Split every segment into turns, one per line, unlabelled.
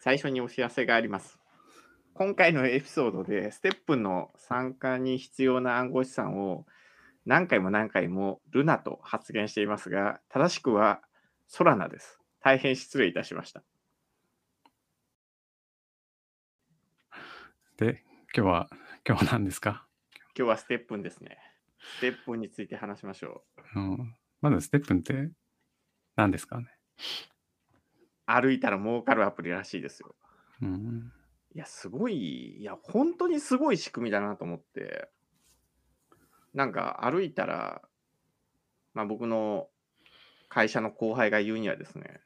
最初にお知らせがあります。今回のエピソードで、ステップの参加に必要な暗号資産を何回も何回もルナと発言していますが、正しくはソラナです。大変失礼いたしました。
で、今日は、今日は何ですか、
今日はステップンですね。ステップンについて話しましょう。
うん、まずステップンって何ですかね、
歩いたら儲かるアプリらしいですよ。
うん、
いや、すごい、いや、本当にすごい仕組みだなと思って、なんか歩いたら、まあ僕の会社の後輩が言うにはですね、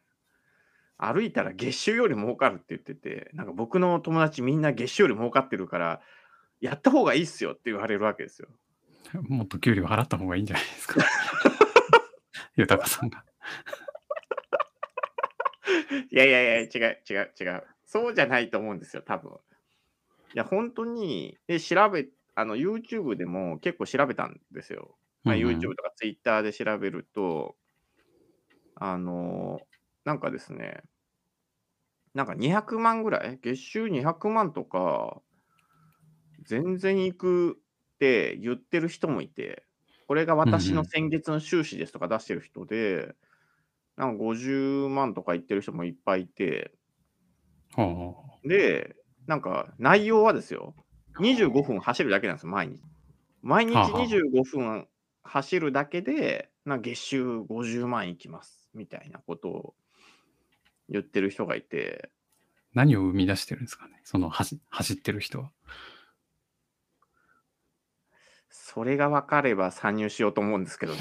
歩いたら月収より儲かるって言ってて、なんか僕の友達みんな月収より儲かってるから、やった方がいいっすよって言われるわけですよ。
もっと給料払った方がいいんじゃないです か豊さんが。
いやいやいや、違う違う違う。そうじゃないと思うんですよ、多分。いや、本当に、で、調べ、あの、YouTube でも結構調べたんですよ。まあ、
うんうん
YouTube とか Twitter で調べると、あのーなんかですね、なんか200万ぐらい月収200万とか、全然行くって言ってる人もいて、これが私
うんう
の
ん
先月の収支ですとか出してる人で、なんか50万とか言ってる人もいっぱいいて、
ほ
で、なんか内容はですよ、25分走るだけなんですよ、毎日。毎日
はあはあ
25分走るだけで、なんか月収50万いきますみたいなことを言ってる人がいて、
う何を生み出してるんですかねその走走ってる 人は。
それが分かれば参入しようと思うんです けどね。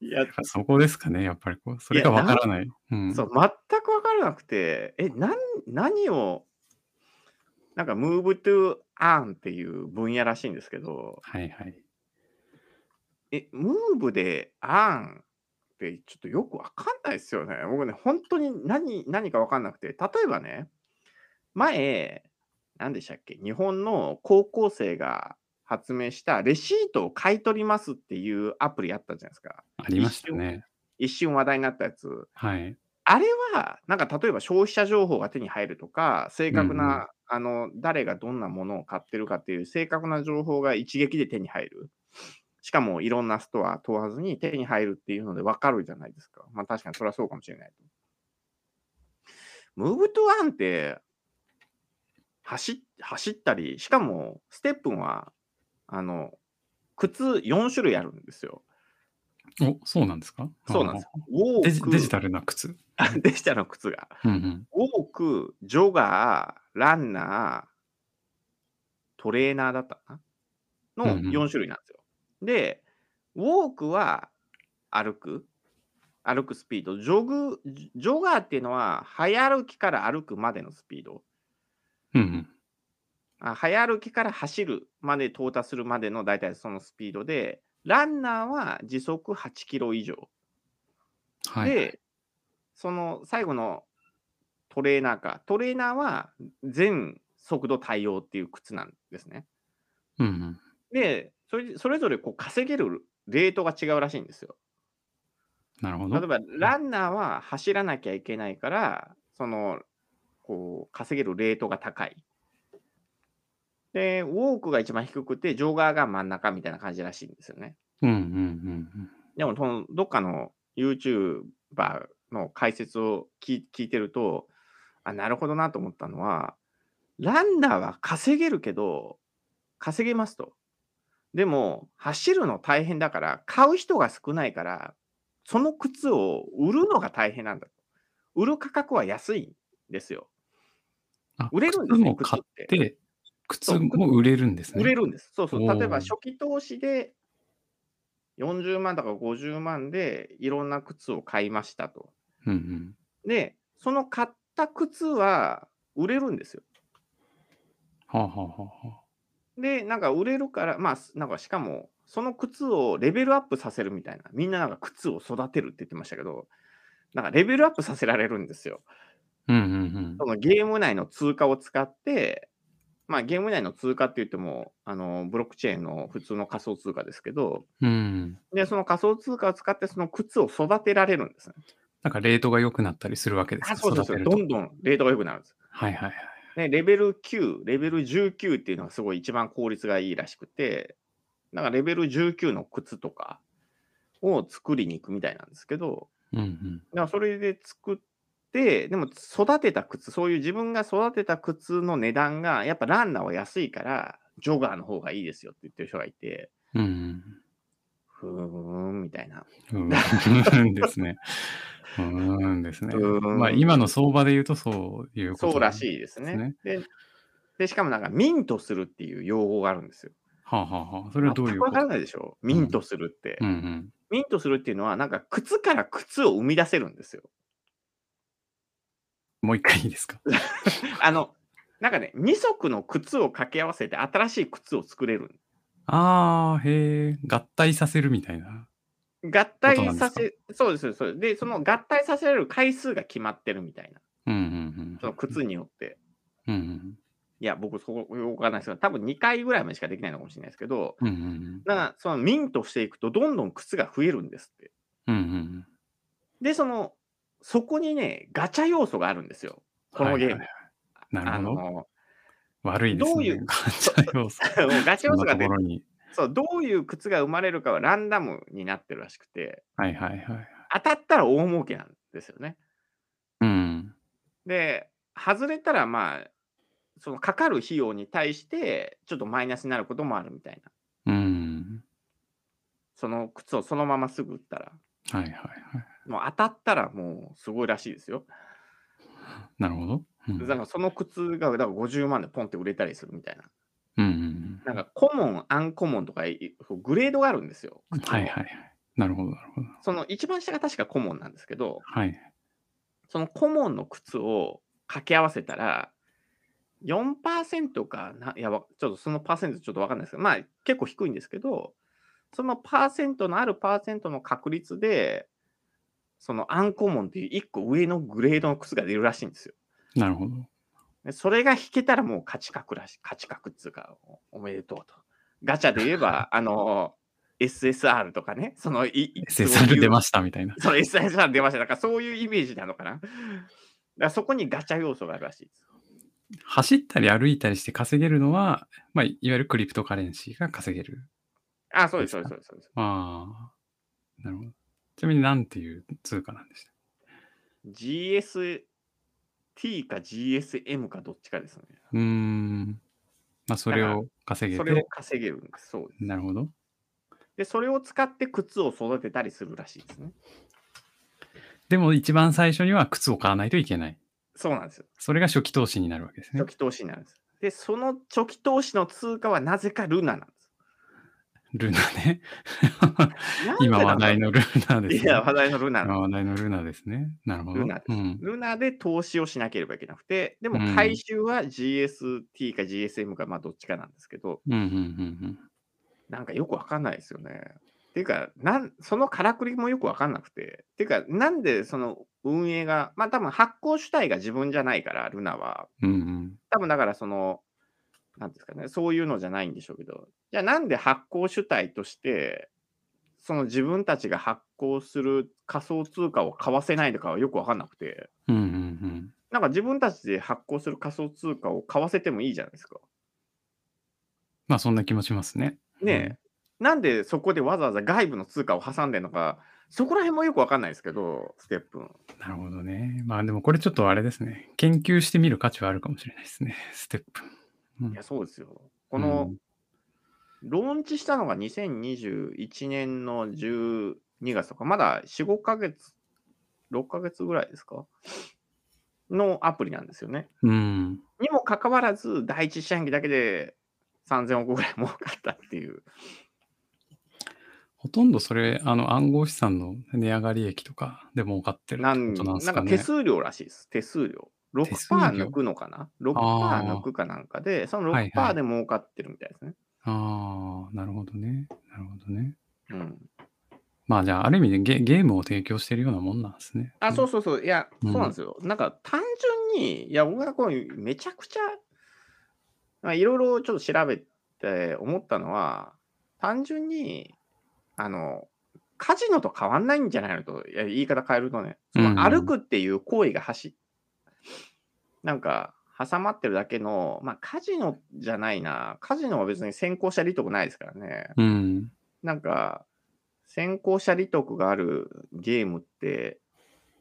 いや、
そこですかねやっぱりこう。それがわからない。うん、
そう、全く分からなくて、え、なん何を、なんか、ムーブトゥアーンっていう分野らしいんですけど、
はいはい。
え、ムーブでアーンってちょっとよくわかんないですよね。僕ね、本当に何何かわかんなくて、例えばね、前、何でしたっけ、日本の高校生が発明したレシートを買い取りますっていうアプリあったじゃないですか。
ありましたね。
一瞬話題になったやつ。
はい。
あれは、なんか例えば消費者情報が手に入るとか、正確な、
うんうん
あの誰がどんなものを買ってるかっていう正確な情報が一撃で手に入る。しかもいろんなストア問わずに手に入るっていうので分かるじゃないですか。まあ確かにそれはそうかもしれない。ムーブトゥワンって走っ、走ったり、しかもステップンは、あの、靴4種類あるんですよ。
お、そうなんですか
そうなんです
あ
よ。
デジデジタ
ル。
ルな靴。
デジタルの靴が。
うんうん。
ウォーク、ジョガー、ランナー、トレーナーだったかなの
うんうん
4種類なんですよ。で、ウォークは歩く、歩くスピード。ジョグ、ジジョガーっていうのは、早歩きから歩くまでのスピード。
うんうん。
あ早歩きから走るまで到達するまでの大体そのスピードで、ランナーは時速8キロ以上。
はい。
で、その最後のトレーナーか、トレーナーは全速度対応っていう靴なんですね。
うんうん。
で、それそれぞれこう稼げるレートが違うらしいんですよ。
なるほ
例え。
ど
ば、ランナーは走らなきゃいけないから、その、こう、稼げるレートが高い。で、ウォークが一番低くて、ジョガーが真ん中みたいな感じらしいんですよね。
うんうんうんうん。
でもその、どっかの YouTuber の解説を聞聞いてると、あ、なるほどなと思ったのは、ランナーは稼げるけど、稼げますと。でも、走るの大変だから、買う人が少ないから、その靴を売るのが大変なんだ。売る価格は安いんですよ。
あ
売れるんで
靴
すよ、
も
靴
買
っ。
ってて、靴も売れるんですね。
売れるんです。そうそう。例えば
おー
初期投資で40万とか50万でいろんな靴を買いましたと。
うんうん。
で、その買った靴は売れるんですよ。
はあ、はあはあはあ、
で、なんか売れるから、まあ、すなんかしかも、その靴をレベルアップさせるみたいな。みんななんか靴を育てるって言ってましたけど、なんかレベルアップさせられるんですよ。
うんうん
そのゲーム内の通貨を使って、まあゲーム内の通貨って言っても、あの、ブロックチェーンの普通の仮想通貨ですけど、
うん。うん。
で、その仮想通貨を使って、その靴を育てられるんですね。
なんかレートが良くなったりするわけです
あ
か
そうそう
育
そ
て
う。
ると。
ど
はい
んどんレートが良くなるんです。
はいはい。
ね、レベル9、レベル19っていうのがすごい一番効率がいいらしくて、なんかレベル19の靴とかを作りに行くみたいなんですけど、
うんうん。
だからそれで作って、でも育てた靴、そういう自分が育てた靴の値段が、やっぱランナーは安いから、ジョガーの方がいいですよって言ってる人がいて、
うん
ふーん、みたいな。
うん。うーんですね。うーんですね。
うーん
まあ今の相場で言うとそういうこと
そうらし
い。
いですね。
ね
でで、しかもなんかミントするっていう用語があるんですよ。
はあ、はあはあ、それはどうい
全
う
く
こ
わから
と
ないでしょミントするって。
うんうん。
ミントするっていうのは、なんか靴から靴を生み出せるんですよ。
もう一回いいですか。
あの、なんかね、二足の靴を掛け合わせて新しい靴を作れる。
ああ、へえ、合体させるみたいな。
合体さ
そう
せ、そうです、そうです。で、その合体させられる回数が決まってるみたいな。
うんうんうん。
その靴によって。
うんうん
いや、僕、そうわかんないですけど、多分2回ぐらいまでしかできないのかもしれないですけど、
うんうん
だから、そのミントしていくと、どんどん靴が増えるんですって。
うんうん
で、その、そこにね、ガチャ要素があるんですよ。このゲーム。
はいはいはいなるほど。
の、
悪いです
どう
ね。
いう
ガチャ要素。
ガチャ
そ
要
ん
素
な
が
と
出
ころに。
そう、どういう靴が生まれるかはランダムになってるらしくて、
はいはいはい。
当たったら大儲けなんですよね。
うん。
で、外れたらまあ、そのかかる費用に対して、ちょっとマイナスになることもあるみたいな。
うん。
その靴をそのまますぐ売ったら。
はいはいはい。
もう当たったらもうすごいらしいですよ。
なるほど。うん
だからその靴がだから50万でポンって売れたりするみたいな。
うんうん
なんかコモン、アンコモンとかいグレードがあるんですよ。
うん。
靴の
はいはいはい。なるほどなるほど。
その一番下が確かコモンなんですけど、
はい。
そのコモンの靴を掛け合わせたら、4%かな、いや、わちょっとそのパーセントちょっとわかんないですけど、まあ結構低いんですけど、そのパーセントのあるパーセントの確率で、そのアンコモンっていう1個上のグレードの靴が出るらしいんですよ。
なるほど。
でそれが引けたらもう勝ち確らしい、勝ち確っつうか、おおめでとうと。ガチャで言え ば、あの、SSR とかね、そのい、い
SSR 出ましたみたいな。
その SSR 出ました。だからそういうイメージなのかな。だからそこにガチャ要素があるらしいです。
走ったり歩いたりして稼げるのは、まあ、いわゆるクリプトカレンシーが稼げる。
あ、そうです、そうです、そうですそうです。
ああ。なるほど。ちなみに何ていう通貨なんでした
GST か GSM かどっちかですね。
うーん。まあ、それ
だか
を稼げ
それを
て。
稼げるんです。そうです。
なるほど。
で、それを使って靴を育てたりするらしいですね。
でも、一番最初には靴を買わないといけない。
そうなんですよ。
それが初期投資になるわけですね
初。期投資になるんです。で、その初期投資の通貨はなぜかルナなんです。
ルナね。
なんで
今
なんだろう
話題のルナです
い
ね。
や、話題のルナ
今
の。
話題のルナですね。なるほど。
ルナです
うん。
ルナで投資をしなければいけなくて、でも
うん
回収は GST か GSM か、まあどっちかなんですけど、
うんうんうん
なんかよくわかんないですよね。っていうか、なんそのからくりもよくわかんなくて。っていうか、なんでその運営が、まあ多分発行主体が自分じゃないから、ルナは。
うん。うんうん。
多分だからその、なんですかね、そういうのじゃないんでしょうけど。じゃあなんで発行主体として、その自分たちが発行する仮想通貨を買わせないのかはよくわかんなくて。
うんうんうん。
なんか自分たちで発行する仮想通貨を買わせてもいいじゃないですか。
まあ、そんな気もしますね。
ねえ、なんでそこでわざわざ外部の通貨を挟んでるのか、そこら辺もよくわかんないですけど、ステップン。
なるほどね。まあ、でもこれちょっとあれですね。研究してみる価値はあるかもしれないですね。 ステップ。うん
いや、そうですよ。この、ローンチしたのが2021年の12月とか、まだ4、5ヶ月、6ヶ月ぐらいですかのアプリなんですよね。
うん、うん。
にもかかわらず、第一四半期だけで3000億ぐらい儲かったっていう。
ほとんどそれ、あの暗号資産の値上がり益とかで儲かってるっ
な
て
ん
ことなんです
なん
か
か
ね。
手数料らしいです。手数料。6%
手数料
抜くのかな ?6%
あー
抜くかなんかで、その
はいは
6%
い
で儲かってるみたいですね。
ああ、なるほどね。なるほどね。
うん。
まあじゃあ、ある意味でゲゲームを提供してるようなもんなんですね。
あ、そううそうそう。いや、
う
そ
ん
うなんですよ。なんか単純に、いや、僕がこう、めちゃくちゃ、まあいろいろちょっと調べて思ったのは、単純に、あの、カジノと変わんないんじゃないのと、いや言い方変えるとね、そ
うん
の歩くっていう行為が走、なんか、挟まってるだけの、まあ、カジノじゃないな、カジノは別に先行者利得ないですからね。
うん。
なんか、先行者利得があるゲームって、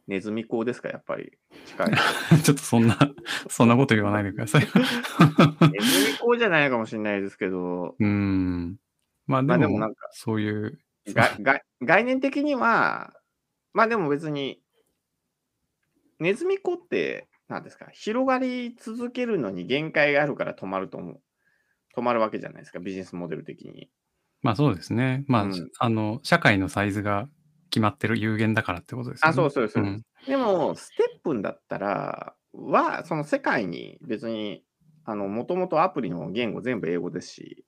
ネズミ講ですか、やっぱり。近い。
ちょっとそんな、 そんなこと言わないでく ださい。
ネズミ講じゃないかもしれないですけど、
うん。まあで
まあ
も、
でもなんか
そういう、
がが概念的には、まあでも別に、ネズミ子って、なんですか、広がり続けるのに限界があるから止まると思う。止まるわけじゃないですか、ビジネスモデル的に。
まあそうですね。まあ、
うん
あの、社会のサイズが決まってる有限だからってことですよね。
あ、そうそうそう。
うん
でも、ステップンだったら、は、その世界に別に、あの、もともとアプリの言語全部英語ですし、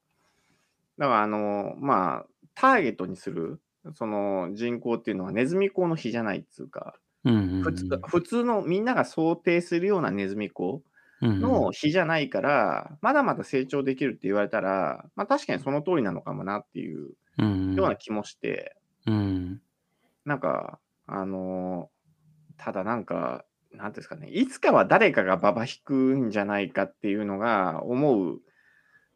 だから、あの、まあ、ターゲットにする、その人口っていうのはネズミ講の比じゃないっつうか、
うんうんうん。
普通普通のみんなが想定するようなネズミ講
うんうん
の比じゃないから、まだまだ成長できるって言われたら、まあ、確かにその通りなのかもなっていう
うん
ような気もして、
うん。
なんか、あのーただなんか、なんていうんですかね、いつかは誰かがババ引くんじゃないかっていうのが思う、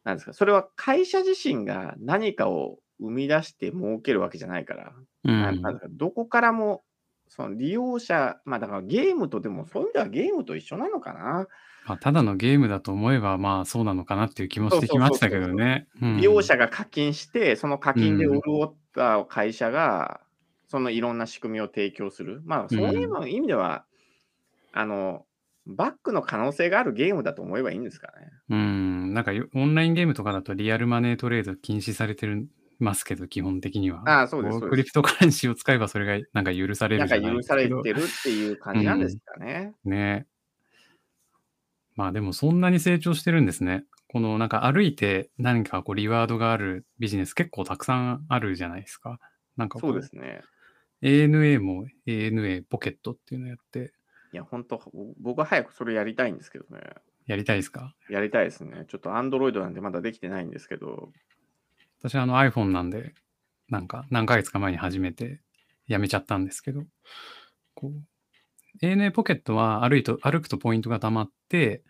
なんですか、それは会社自身が何かを生み出して儲けるわけじゃないから、
う
なんんなんですかどこからも、その利用者、まあだからゲームとでも、そういう意味ではゲームと一緒なのかな。
まあ、ただのゲームだと思えば、まあそうなのかなっていう気もしてきましたけどね。うん
利用者が課金して、その課金で潤った会社が、そのいろんな仕組みを提供する。まあそういう意味では、あの、バックの可能性があるゲームだと思えばいいんですかね。
うん。なんかよオンラインゲームとかだとリアルマネートレード禁止されてるますけど、基本的には。
ああそうです
こ
そうです
クリプトカレンシーを使えばそれがなんか許され
なん
るじ
か
ゃない
許
です
さ
け
れ
ど
てるっていう感じなんですかね。
ね。まあでもそんなに成長してるんですね。このなんか歩いて何かこうリワードがあるビジネス結構たくさんあるじゃないですか。なんかこ
そううですね。
ANA も ANA ポケットっていうのやって
いや、本当僕は早くそれやりたいんですけどね。
やりたいですか
やりたいですね。ちょっとアンドロイドなんでまだできてないんですけど、
私あの iPhone なんでなんか何ヶ月か前に始めてやめちゃったんですけど、こう ANA ポケットは歩いと歩くとポイントが貯まって、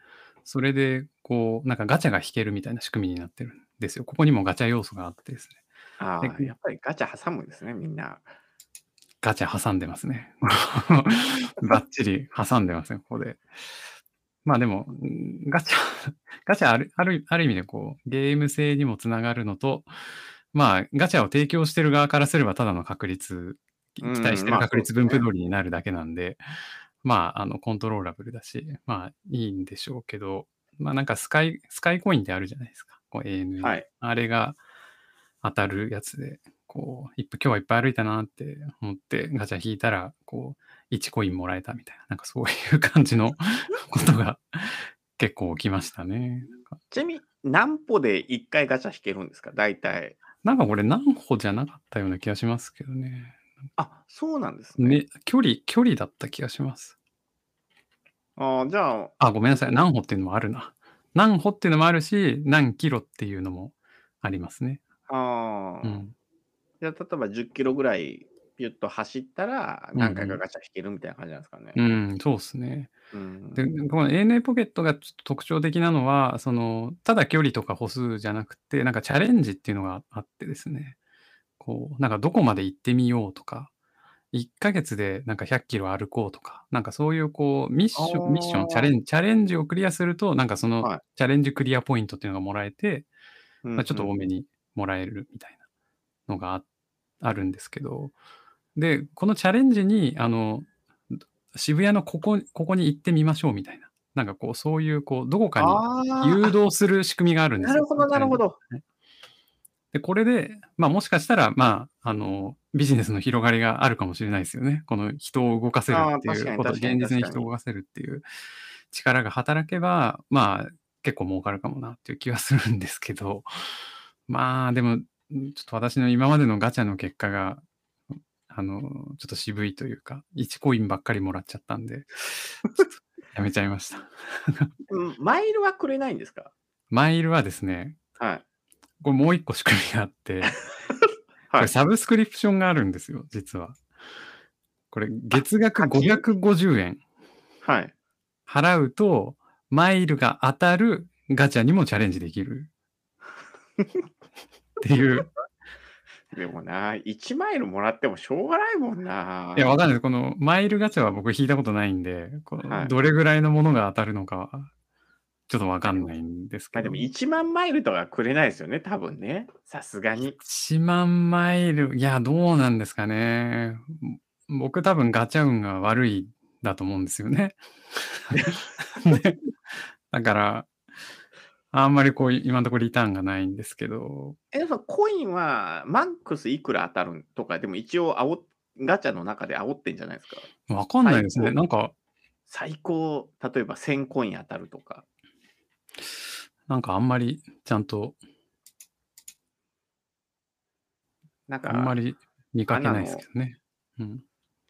それでこうなんかガチャが引けるみたいな仕組みになってるんですよ。ここにもガチャ要素があってですね。
ああ、
で
やっぱりガチャ挟むんですね、みんな。
ガチャ挟んでま すね。バッチリ挟んでますね、ここで。まあでも、うんガチャ、ガチャある、ある、ある意味でこう、ゲーム性にもつながるのと、まあ、ガチャを提供してる側からすれば、ただの確率、期
うん
待して
ま
る
あ
確
そ
率
う
分
です
布
ね
通りになるだけなんで、まあ、あの、コントローラブルだし、まあ、いいんでしょうけど、まあなんかスカイ、スカイコインってあるじゃないですか。こう ANA。
はい
あれが当たるやつで、こう、いっぱ今日はいっぱい歩いたなって思ってガチャ引いたら、こう、1コインもらえたみたいな、なんかそういう感じ のことが結構起きましたね。なんか
ちなみに何歩で1回ガチャ引けるんですか大体。
なんかこれ何歩じゃなかったような気がしますけどね。
あそうなんですね。
ね、距離、距離だった気がします。
あーじゃあ、
あ、ごめんなさい。何歩っていうのもあるな。何歩っていうのもあるし、何キロっていうのもありますね。
あー
うん。
じゃあ例えば10キロぐらいピュッと走ったら何回かガチャ引けるみたいな感じなんですかね。
うん、そうですね。
うん
でこの ANA ポケットがちょっと特徴的なのはそのただ距離とか歩数じゃなくてなんかチャレンジっていうのがあってですねこうなんかどこまで行ってみようとか1ヶ月でなんか100キロ歩こうとかなんかそういうこうミッショ
あー
ンミッションチャレンジチャレンジをクリアするとなんかその
はい
チャレンジクリアポイントっていうのがもらえて、
うん
まあ、ちょっと
うん
多めにもらえるみたいなのがああるんですけど、で、このチャレンジに、あの、渋谷のここ、ここに行ってみましょうみたいな。なんかこう、そういう、こう、どこか
あ
に誘
ー
導する仕組みがあるんです
な
よ。
るほど、なるほ。ど。
で、これで、まあもしかしたら、まあ、あの、ビジネスの広がりがあるかもしれないですよね。この人を動かせるってい
あー
うこと、
確かに確か
現
に
実に人を動かせるっていう力が働けば、まあ結構儲かるかもなっていう気はするんですけど、 まあでも、ちょっと私の今までのガチャの結果が、あの、ちょっと渋いというか、1コインばっかりもらっちゃったんで、 ちょっとやめちゃいました。
うんマイルはくれないんですか
マイルはですね、
はい。
これもう一個仕組みがあって、こ
は
れ
い。
サブスクリプションがあるんですよ、実は。これ、月額
課金
550円
はい。
払うと、マイルが当たるガチャにもチャレンジできる。っ ていう。
でもな、1マイルもらってもしょうがないもんな。
いや、わかんないです。このマイルガチャは僕引いたことないんで、この
はい
どれぐらいのものが当たるのかは、ちょっとわかんないんです
ま
け
あで
ど
も。1万マイルとかくれないですよね、多分ね。さすがに。
1万マイル、いや、どうなんですかね。僕多分ガチャ運が悪いだと思うんですよ ね。でだから、あんまりこう、今のところリターンがないんですけど、
え、そのコインはマックスいくら当たるんとか、でも一応煽っ、ガチャの中で煽ってんじゃないですか。
わかんないです
は
ね。
い
なんか、
最高、例えば1000コイン当たるとか。
なんかあんまりちゃんと、
なんか、
あんまり見かけないですけどね。うん、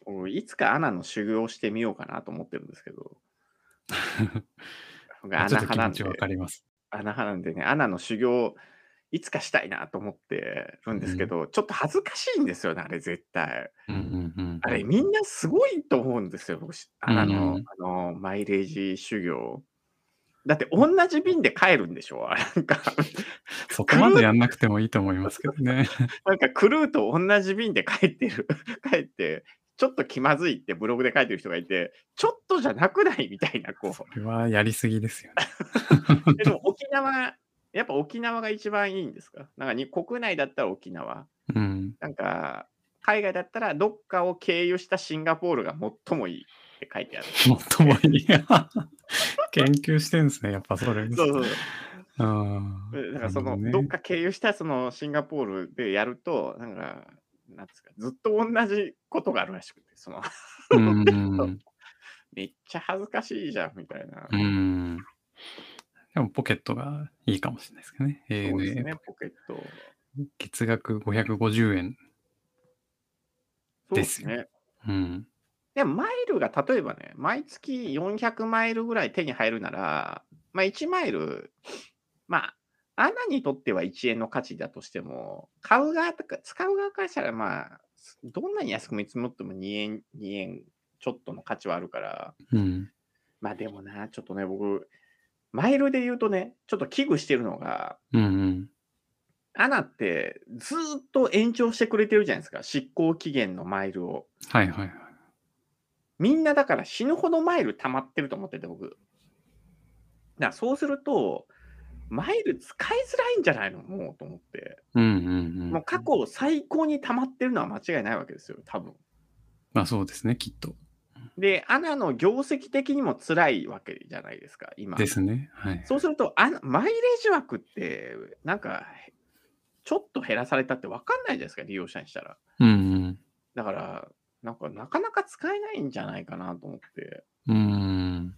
俺いつかアナの修行してみようかなと思ってるんですけど。僕ア
ちょっ
ナ派
と気
な
持
ん
ち
で
わ、かります。
アナ派なんでね、アナの修行、いつかしたいなと思ってるんですけど、ちょっと恥ずかしいんですよね、あれ絶対。
うんうんうん、
あれ、みんなすごいと思うんですよ、僕アナの,、
うん
あのマイレージ修行。だって、同じ便で帰るんでしょあれ なんか、
そこまでやんなくてもいいと思いますけどね。
なんかクルーと同じ便で帰ってる、 帰って、ちょっと気まずいってブログで書いてる人がいて、ちょっとじゃなくないみたいな、こう。
これはやりすぎですよね。
えでも沖縄、やっぱ沖縄が一番いいんですかなんかに国内だったら沖縄。
うん、
なんか海外だったらどっかを経由したシンガポールが最もいいって書いてある。
もっともいい。 研究してるんですね、やっぱそれ。
そうそうそう
あ
え
ー
だからそ
な
の
るほどね
どっか経由したそのシンガポールでやると、なんか、なんですか、ずっと同じことがあるらしくて、その
うん。
めっちゃ恥ずかしいじゃんみたいな。
うん。でもポケットがいいかもしれないですけどね。え
そうです
ー
ね、ポケット。
月額550円。
そうですね。
うん。
でもマイルが例えばね、毎月400マイルぐらい手に入るなら、まあ、1マイル、まあ、アナにとっては1円の価値だとしても、買う側とか、使う側からしたら、まあ、どんなに安く見積もっても2円、2円ちょっとの価値はあるから、
うん。
まあでもな、ちょっとね、僕、マイルで言うとね、ちょっと危惧してるのが、
うんうん。
アナってずーっと延長してくれてるじゃないですか、執行期限のマイルを。
はいはいはい。
みんなだから死ぬほどマイル溜まってると思ってて、僕。だからそうすると、マイル使いづらいんじゃないのもうと思って。
うんうんうん。
もう過去最高に溜まってるのは間違いないわけですよ、多分。
まあそうですね、きっと。
で、アナの業績的にも辛いわけじゃないですか、今。
ですね。はい。
そうすると、あのマイレージ枠って、なんか、ちょっと減らされたって分かんないじゃないですか、利用者にしたら。
うん
だから、なんか、なかなか使えないんじゃないかなと思って。
うん。うん。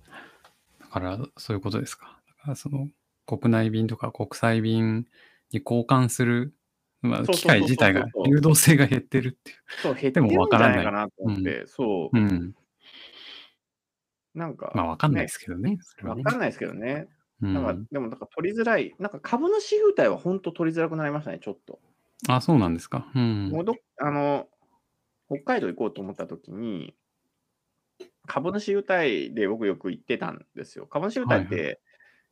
だから、そういうことですか。だからその国内便とか国際便に交換する、まあ、
そうそうそうそう
機械自体が流動性が減ってるっていう。
そう、減って
で
る
も
んじ
分か
ゃ
ら
な
ない
いかなと思って、そうう、
ん。
なんか、
まあ、わかんないで
ね
すけどね。それは
わ
ね
かんないですけどね。
うん
なんか、でも、なんか取りづらい。なんか株主優待は本当取りづらくなりましたね、ちょっと。
あ、そうなんですか。うん。
もうどあの、北海道行こうと思った時に、株主優待で僕よく行ってたんですよ。株主優待っ
はい
て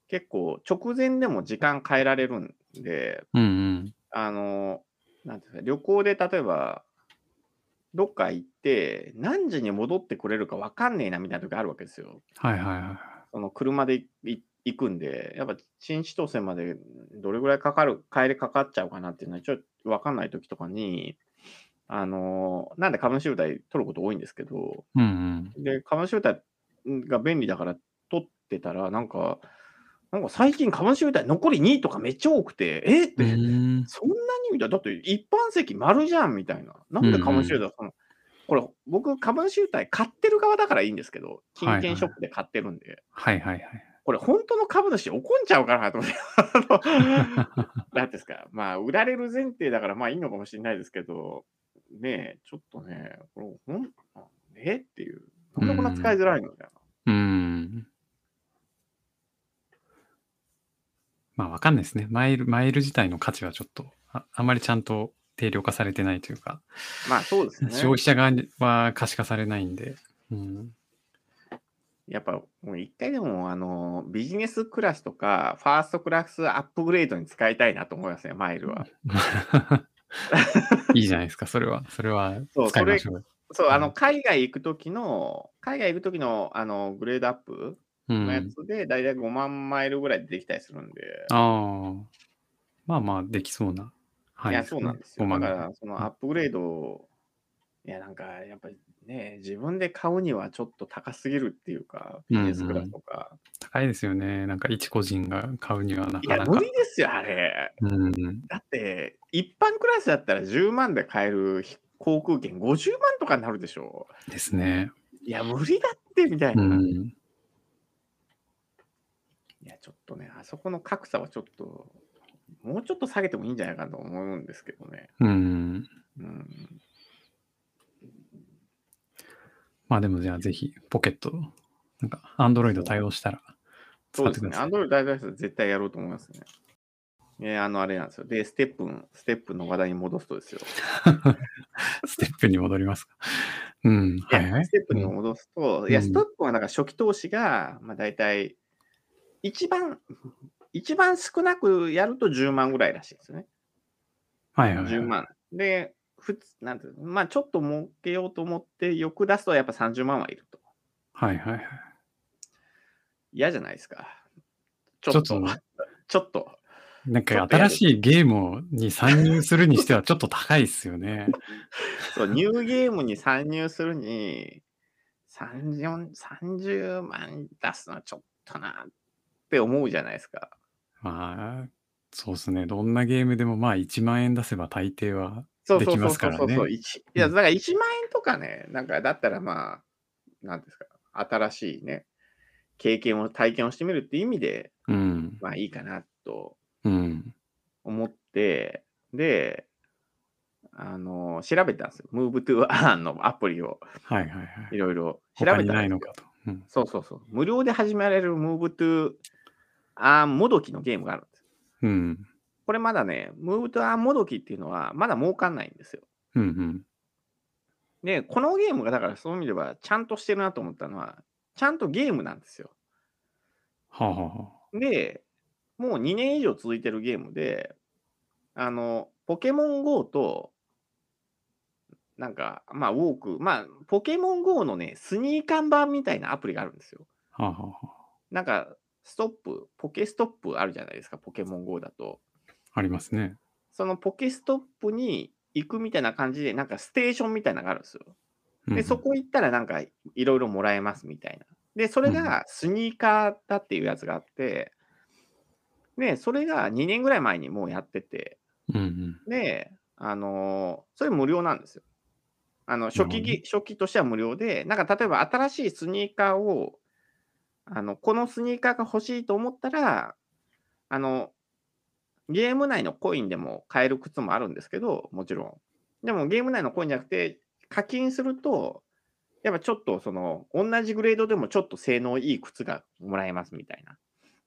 結構直前でも時間変えられるんで、
うんうん。
あの、なんていうんですか、旅行で例えば、どっか行って、何時に戻ってくれるか分かんねえなみたいな時あるわけですよ。
はいはいはい。
その車でい行くんで、やっぱ新千歳までどれぐらいかかる、帰りかかっちゃうかなっていうのはちょっと分かんない時とかに、あのーなんで株主優待取ること多いんですけど、
うんうん。
で、株主優待が便利だから取ってたら、なんか、なんか最近株主優待残り2位とかめっちゃ多くて、えって、
うーん
そんなにみたいな、だって一般席丸じゃんみたいな。なんで株主優待、そのこれ僕株主優待買ってる側だからいいんですけど、金券ショップで買ってるんで。
はいはいはい。
これ本当の株主怒んちゃうかなと思って。あのなんていうんですか、まあ、売られる前提だから、まあいいのかもしれないですけど、ねえ、ちょっとね、これ、ほん、あえっていう。なんでこんな使いづらいのみたいな。
うん。まあ、わかんないですね。マイル、マイル自体の価値はちょっと、ああまりちゃんと定量化されてないというか、
まあそうです ね。
消費者側には可視化されないんで、うん、
やっぱ、もう一回でも、あの、ビジネスクラスとか、ファーストクラスアップグレードに使いたいなと思いますね、マイルは。
いいじゃないですか、それは。それは
そう
使いましょう。
そう、あの、
うん
海外行くときの、海外行くときの、あの、グレードアップ
う
のや
ん、
つで、だいたい5万マイルぐらいでできたりするんで、
ああ。まあまあ、できそうな。はい
や、そうなんですよ。だから、そ
うん
のアップグレードを、いや、なんか、やっぱりね、自分で買うにはちょっと高すぎるっていうか、ビジネスクラスとか。
高いですよね。なんか、一個人が買うにはないか
や、
な
無
か
理。ですよ、あれ。
うん。
だって、一般クラスだったら10万で買える航空券50万とかになるでしょ。
ですね。
いや、無理だって、みたいうな。い
ん。
や、ちょっとね、あそこの格差はちょっと、もうちょっと下げてもいいんじゃないかなと思うんですけどね。
うん。
うん。
まあでも、じゃあ、ぜひ、ポケット、なんか、アンドロイド対応したら、
そ
使
う
っ
で
て
す
く
ね。
ださ
ア
い。
ンドロイド大体絶対やろうと思いますね。えあの、あれなんですよ。で、ステップン、ステップンの話題に戻すとですよ。
ステップに戻りますか。うん。
いや
はいはい。
ステップに
うん
戻すと、
ん
いや、
うん
ステップはなんか初期投資が、まあ大体、一番、一番少なくやると10万ぐらいらしいんですよね。
はいはい
10
はい。
万。で、ふつなんていうのまあちょっと儲けようと思って、欲出すとやっぱ30万はいると。
はいはいはい。
嫌じゃないですか。ち
ち
ょ
ょ
っ
っと
と、、 ちょっと。
なん
ちょ
か
っとや
新
る
しいゲームに参入するにしてはちょっと高いですよね。
そう、ニューゲームに参入するに、30 30万出すのはちょっとなって思うじゃないですか。
まあ、そうですね。どんなゲームでもまあ1万円出せば大抵は。
そうそう
でき
そ
ま
う
す
そう
から
そ
ね
うそう。一いや、だから1万円とかね、なんかだったらまあ、なんですか、新しいね、経験を体験をしてみるっていう意味で、
うん。
まあいいかなと
うん。
思って、で、あの、調べたんですよ。Move to Earn のアプリを
はいはいはい。
いろいろ調べた
他
んです
に
よ。
ないのかと。うん、
そうそうそう。無料で始められる Move to Earn もどきのゲームがあるんです。
うん。
これまだね、Move to Earn もどきっていうのはまだ儲かんないんですよ。
うんうん。
で、このゲームがだからそういう意味ではちゃんとしてるなと思ったのは、ちゃんとゲームなんですよ。
はあ、はあは
で、もう2年以上続いてるゲームで、あの、ポケモン GO と、なんか、まあ、ウォーク、まあ、ポケモン GO のね、スニーカン版みたいなアプリがあるんですよ。
あ、はあ、はあ、
なんか、ストップ、ポケストップあるじゃないですか、ポケモン GO だと。
ありますね。
そのポケストップに行くみたいな感じで、なんかステーションみたいなのがあるんですよ。
うんう
で、
ん
そこ行ったらなんかいろいろもらえますみたいな。で、それがスニーカーだっていうやつがあって、で、それが2年ぐらい前にもうやってて、
うんうん。
で、あのーそれ無料なんですよ。あの初期
なる
ぎ初期としては無料で、なんか例えば新しいスニーカーを、あのこのスニーカーが欲しいと思ったら、あの、ゲーム内のコインでも買える靴もあるんですけど、もちろん。でもゲーム内のコインじゃなくて、課金すると、やっぱちょっとその、同じグレードでもちょっと性能いい靴がもらえますみたい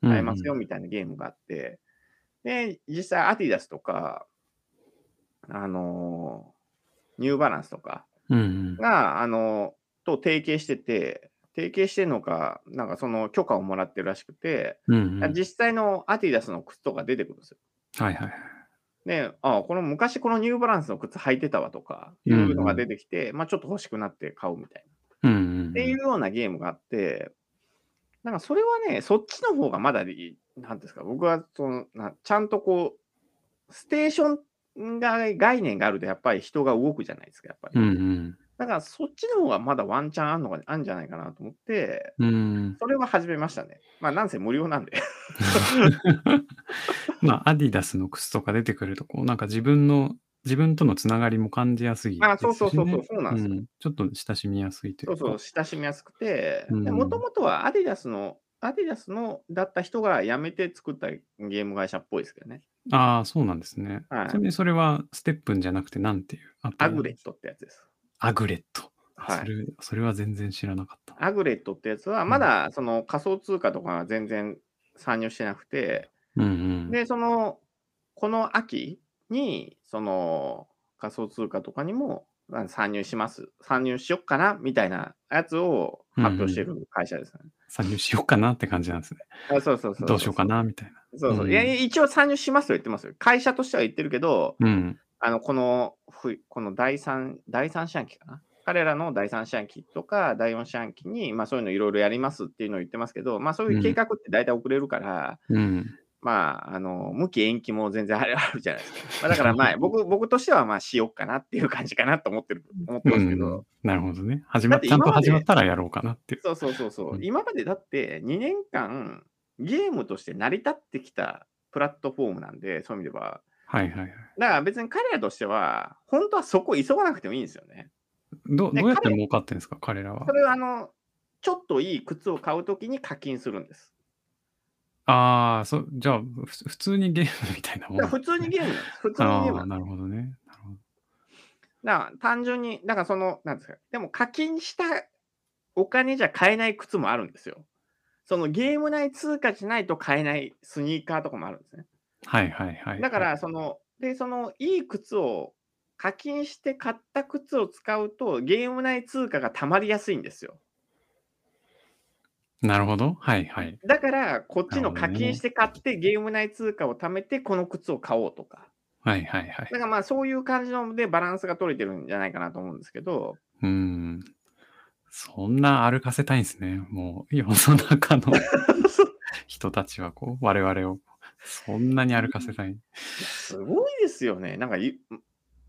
な。買えますよみたいなゲームがあって、で、実際アディダスとか、あのーニューバランスとか
うんうん。
が、あのーと提携してて、提携してるのか、なんかその許可をもらってるらしくて、
うんうん。はい
実際のアディダスの靴とか出てくるんですよ。
はいはい。
で、あこの昔このニューバランスの靴履いてたわとか、
う
い
んうん
うのが出てきて、まあちょっと欲しくなって買うみたいな。
うんうん。
っていうようなゲームがあって、なんかそれはね、そっちの方がまだいい、なんていうんですか、僕はそのなちゃんとこう、ステーションが概念があると、やっぱり人が動くじゃないですか、やっぱり。
うんうん。
だからそっちの方がまだワンチャンあるのがあるんじゃないかなと思って、
うん、
それは始めましたね。まあ、なんせ無料なん で。
まあ、アディダスの靴とか出てくると、こう、なんか自分の、自分とのつながりも感じやすいですしね、
あそうそうそうそう、そうなんですよ。
うんちょっと親しみやすいとい
そうう
か。
そう、親しみやすくて、
うん
もともとはアディダスの、アディダスのだった人が辞めて作ったゲーム会社っぽいですけどね。
ああ、そうなんですね。
はい
ちなみにそれはステップンじゃなくてなんていうアプリ
アグレットってやつです。
アグレット。
はい
それ。それは全然知らなかった。
アグレットってやつは、まだその仮想通貨とかは全然参入してなくて、
うんうん。
で、その、この秋に、その、仮想通貨とかにもあ参入します、参入しよっかなみたいなやつを発表してる会社ですね。
参入しようかなって感じなんですね。
あそうそうそうそう
どうしようか。なみたい
そうそう
うん
いや一応参入しますと言ってますよ。会社としては言ってるけど、
な。うん。
あのこのふこの第三第三四半期かな。彼らの第三四半期とか第四四半期に、まあ、そういうのいろいろやりますっていうのを言ってますけど、まあ、そういう計画って大体遅れるから、
うん。
まあ、あの、向き延期も全然あるあるじゃないですか。 まあ、だから、まあ、僕、僕としては、まあ、しようかなっていう感じかなと思ってる、思って
う
ますけど、
ん、なるほどね。始ま
だ
っ
って
ちゃんと
今まで
始まったらやろうかなっていう。
そうそうそうそうう。
ん
今までだって、2年間、ゲームとして成り立ってきたプラットフォームなんで、そういう意味では。
はいはいはい。
だから別に彼らとしては、本当はそこ急がなくてもいいんですよね。
ど
ね
どうやって儲かってんですか、彼らは
そ。れは、あの、ちょっといい靴を買うときに課金するんです。
ああ、そう、じゃあ、ふつ普通にゲームみたいなもん
だ
なん
か
です
ら
ね。
普通にゲームなんです。普通にゲームなんです
ああ、なるほどね。なるほど。
だから単純に、だからその、なんですか、でも課金したお金じゃ買えない靴もあるんですよ。そのゲーム内通貨じゃないと買えないスニーカーとかもあるんですね。
はいはいはい。
だから、、その、で、その、いい靴を課金して買った靴を使うと、ゲーム内通貨がたまりやすいんですよ。
なるほど。はいはい。
だから、こっちの
なるほど
課
ね
金して買って、ゲーム内通貨を貯めて、この靴を買おうとか。
はいはいはい
だ。からまあ、そういう感じので、バランスが取れてるんじゃないかなと思うんですけど、
うん。そんな歩かせたいんですね。もう、世の中 の人たちは、こう、我々を、そんなに歩かせたい。
すごいですよね。なんかい、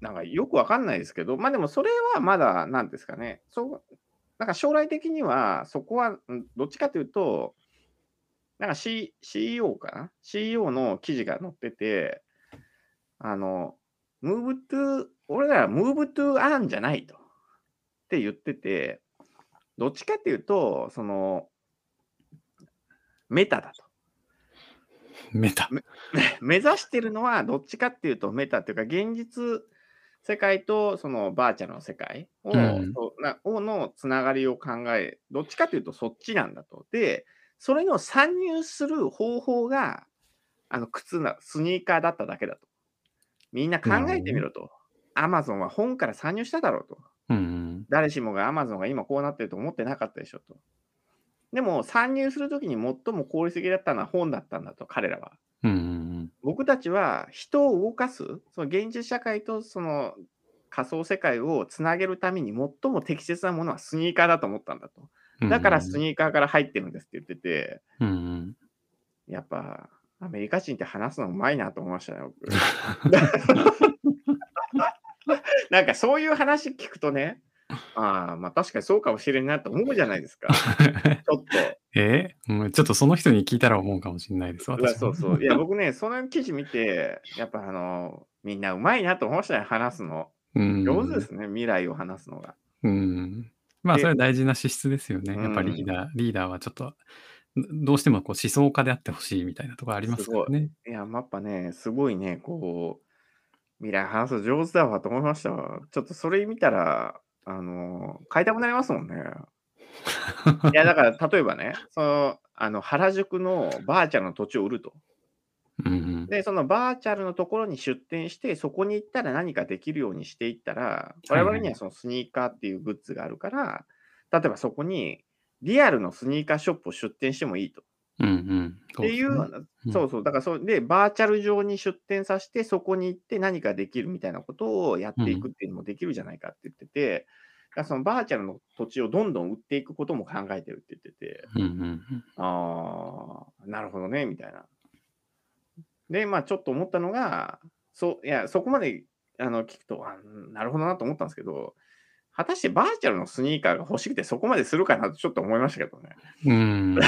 なんかよくわかんないですけど、まあでもそれはまだ、なんですかね。そう、なんか将来的には、そこは、んどっちかというと、なんか、C、CEO かな ?CEO の記事が載ってて、あの、ムーブトゥ、俺らムーブトゥアンじゃないと。って言ってて、どっちかっていうと、その、メタだと。
メタ。
目指してるのはどっちかっていうとメタっていうか現実世界とそのバーチャルの世界を,
うん
と、なをのつながりを考えどっちかっていうとそっちなんだと。でそれの参入する方法があの靴なスニーカーだっただけだと。みんな考えてみろと。アマゾンは本から参入しただろうと。
うん。
誰しもが Amazon が今こうなってると思ってなかったでしょと。でも参入するときに最も効率的だったのは本だったんだと彼らは。
うんうん
僕たちは人を動かす、その現実社会とその仮想世界をつなげるために最も適切なものはスニーカーだと思ったんだと。
うん。
だから
うん
スニーカーから入ってるんですって言ってて、
うん。
やっぱアメリカ人って話すのうまいなと思いましたね、 僕。なんかそういう話聞くとね、ああ、まあ確かにそうかもしれんなと思うじゃないです か。ちょっと。
えうんちょっとその人に聞いたら思うかもしれないです。
うわ
私も
そうそう。いや、僕ね、その記事見て、やっぱあの、みんなうまいなと思いましたね、話すの。
うん。
上手ですね、未来を話すのが。
うん。まあ、
で
それは大事な資質ですよね。
うん
やっぱりリーダー、リーダーはちょっと、どうしてもこう思想家であってほしいみたいなところありますからね。
いや、やっぱね、すごいね、こう、未来話すの上手だわと思いましたわ。ちょっとそれ見たら、あの、買いたくなりますもん ね。いや、だから、例えばね、その、あの、原宿のバーチャルの土地を売ると。
うんうん
で、そのバーチャルのところに出店して、そこに行ったら何かできるようにしていったら、
いは
我
い
々にはそのスニーカーっていうグッズがあるから、例えばそこにリアルのスニーカーショップを出店してもいいと。
うんうん。
っていうような、
うん
そうそう、だからそれで、バーチャル上に出店させて、そこに行って何かできるみたいなことをやっていくっていうのもできるじゃないかって言ってて、だからそのバーチャルの土地をどんどん売っていくことも考えてるって言ってて。
うんうんうん
ああ、なるほどね、みたいな。で、まあ、ちょっと思ったのが、そういやそこまであの聞くとあ、うんなるほどなと思ったんですけど、果たしてバーチャルのスニーカーが欲しくてそこまでするかなとちょっと思いましたけどね。
うん。
っ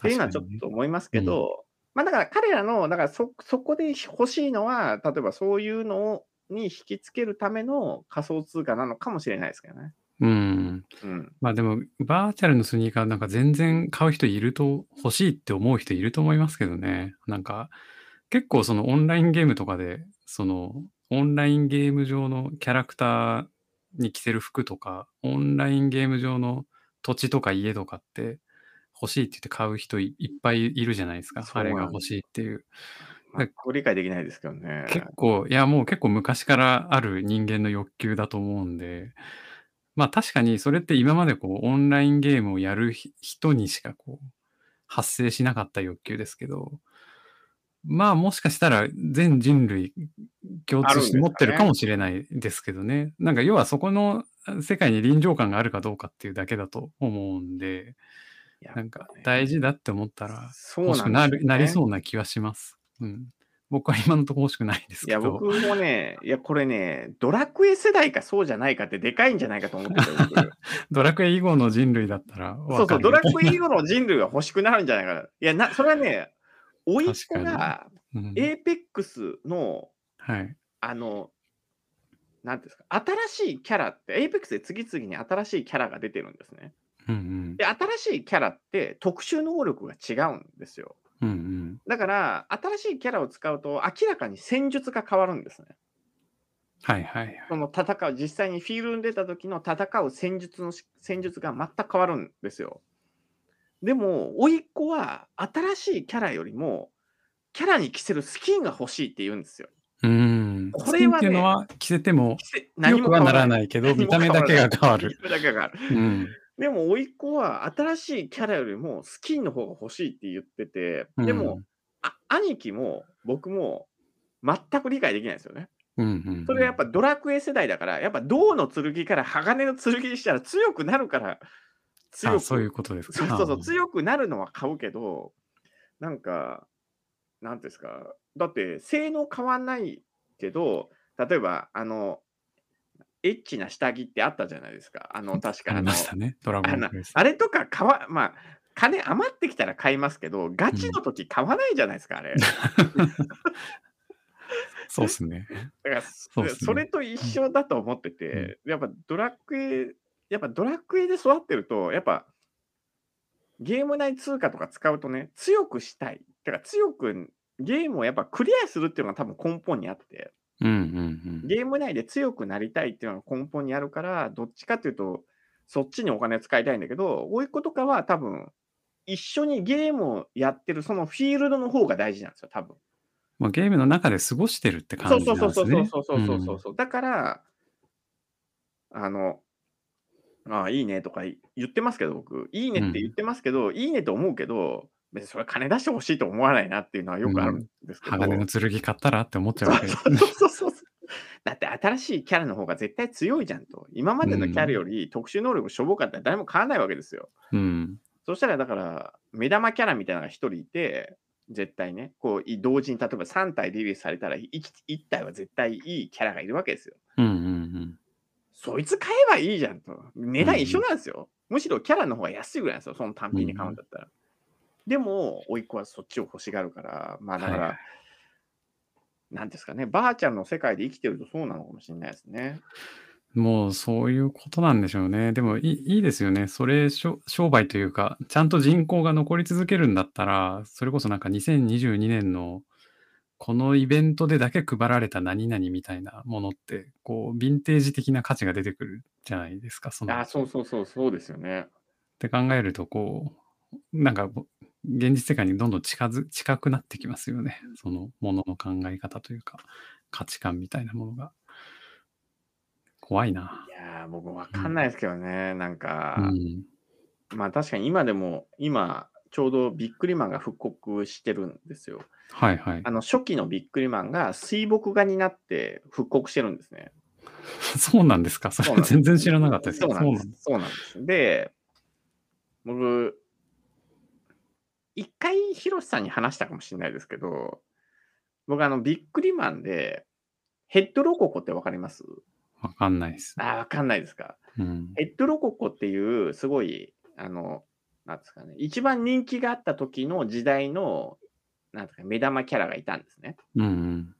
ていうのはちょっと思いますけど、まあ、だから彼らの、だからそそこで欲しいのは、例えばそういうのをに引きつけるための仮想通貨なのかもしれないですけどね。
うん。
うん、
まあでも、バーチャルのスニーカーなんか全然買う人いると、欲しいって思う人いると思いますけどね。なんか、結構そのオンラインゲームとかで、そのオンラインゲーム上のキャラクターに着せる服とか、オンラインゲーム上の土地とか家とかって、欲しいって言って買う人いいっぱいいるじゃないですか。
そ
あ
うなんで
れ
す
が欲しいっていう。
全く理解できないですけどね。
結構、いや、もう結構昔からある人間の欲求だと思うんで、まあ確かにそれって今までこうオンラインゲームをやるひ人にしかこう発生しなかった欲求ですけど、まあもしかしたら全人類共通して持ってるかもしれないですけどね。なんか要はそこの世界に臨場感があるかどうかっていうだけだと思うんで、なんか大事だって思ったら
そう
欲しくな
なんで
る
すよね
なりそうな気はします。うん。僕は今のところ欲しくないです
い
け
や、
ど
僕。もね、いや、これね、ドラクエ世代かそうじゃないかってでかいんじゃないかと思って た僕
ドラクエ以後の人類だったら
そ
わ
うそ
か
う、
る
ド
よ
ラクエ以後の人類が欲しくなるんじゃないかな。いや、なそれはね、おいっ子
確か
が
うん
エーペックスの、
はい。
あの、なんていうんですか、新しいキャラって、エーペックスで次々に新しいキャラが出てるんですね。
うん
で、新しいキャラって特殊能力が違うんですよ。
うん。うんうん。
だから、新しいキャラを使うと、明らかに戦術が変わるんですね。
はいはいはい。
その戦う、実際にフィールドに出た時の戦う戦術のし戦術が全く変わるんですよ。でも、甥っ子は新しいキャラよりも、キャラに着せるスキンが欲しいって言うんですよ。
うん。
これはね
スキンっていうのは着せても
着せ
良くはなら
い
ないけど、
何
見
も
た目
変わ
だ
らない
けが変わる。
見た目だけが変わる
うん。
でも、甥っ子は新しいキャラよりもスキンの方が欲しいって言ってて、でも、あ兄貴も僕も全く理解できないんですよね。
うん、うんうんうん。
それはやっぱドラクエ世代だから、やっぱ銅の剣から鋼の剣にしたら強くなるから、強
あ
く
そういうことです
そ
か。
うそうそう、
い。
強くなるのは買うけど、なんか、なんていうんですか、だって性能変わんないけど、例えば、あの、エッチな下着ってあったじゃないですか。あの、確か
あ
あ
り
の
ま、したね。ドラゴ
あ
ン
の
クエスト。
あれとか買わ、まあ、金余ってきたら買いますけど、ガチの時買わないじゃないですか、あれ。
そうですね。
だから
そ
そう
っすね
それと一緒だと思ってて、やっぱドラクエ、やっぱドラクエで育ってると、やっぱゲーム内通貨とか使うとね、強くしたい。だから強く、ゲームをやっぱクリアするっていうのが多分根本にあって、
うんうん
ゲーム内で強くなりたいっていうのが根本にあるから、どっちかっていうと、そっちにお金使いたいんだけど、甥いっ子とかは多分、一緒にゲームをやってるそのフィールドの方が大事なんですよ、多分。
うん。まあ、ゲームの中で過ごしてるって
そ
感
う
じ
そ
な
うんそ
で
うそ
す
うそうそ
ね。
うそうそうそう。だから、あの、ああ、いいねとかい言ってますけど、僕、いいねって言ってますけど、いいねと思うけど、別にそれ金出してほしいと思わないなっていうのはよくあるんですけど。
鋼の剣買ったらって思っちゃうわけです。
そうそうそうそう。だって新しいキャラの方が絶対強いじゃんと。今までのキャラより特殊能力しょぼかったら誰も買わないわけですよ。
うん。
そしたらだから、目玉キャラみたいなのが一人いて、絶対ね、こうい同時に例えば3体リリースされたら 1, 一体は絶対いいキャラがいるわけですよ。
うんうん
そいつ買えばいいじゃんと。値段一緒なんですよ。むしろキャラの方が安いぐらいなんですよ。その単品に買うんだったら。でも、甥いっ子はそっちを欲しがるから、まあ
うん。
だから、
はい。
なんですかね、ばあちゃんの世界で生きてるとそうなのかもしれないですね。
もうそういうことなんでしょうね。でもいいいいですよね。それしょ商売というか、ちゃんと人口が残り続けるんだったら、それこそなんか2022年のこのイベントでだけ配られた何々みたいなものって、こう、ヴィンテージ的な価値が出てくるじゃないですか。その
あそうそうそう、そうですよね。
って考えると、こう、なんか現実世界にどんどん近づ近くなってきますよね。そのものの考え方というか、価値観みたいなものが。怖いな。
いやー、僕、わかんないですけどね、なんか
う、ん。
まあ確かに今でも、今、ちょうどビックリマンが復刻してるんですよ。
はいはい
あ。の初期のビックリマンが水墨画になって復刻してるんですね。
そうなんですか。そ
そう
れ
なんです
全然知らなかったです。
そうなんです
そうなん。
そうなんです。で、僕、一回、ヒロシさんに話したかもしれないですけど、僕、あの、ビックリマンで、ヘッドロココってわかります
わかんないです。
あー、わかんないですか。
うん。
ヘッドロココっていう、すごい、あの、なんですかね、一番人気があった時の時代の、なんですか、目玉キャラがいたんですね。
うんうん。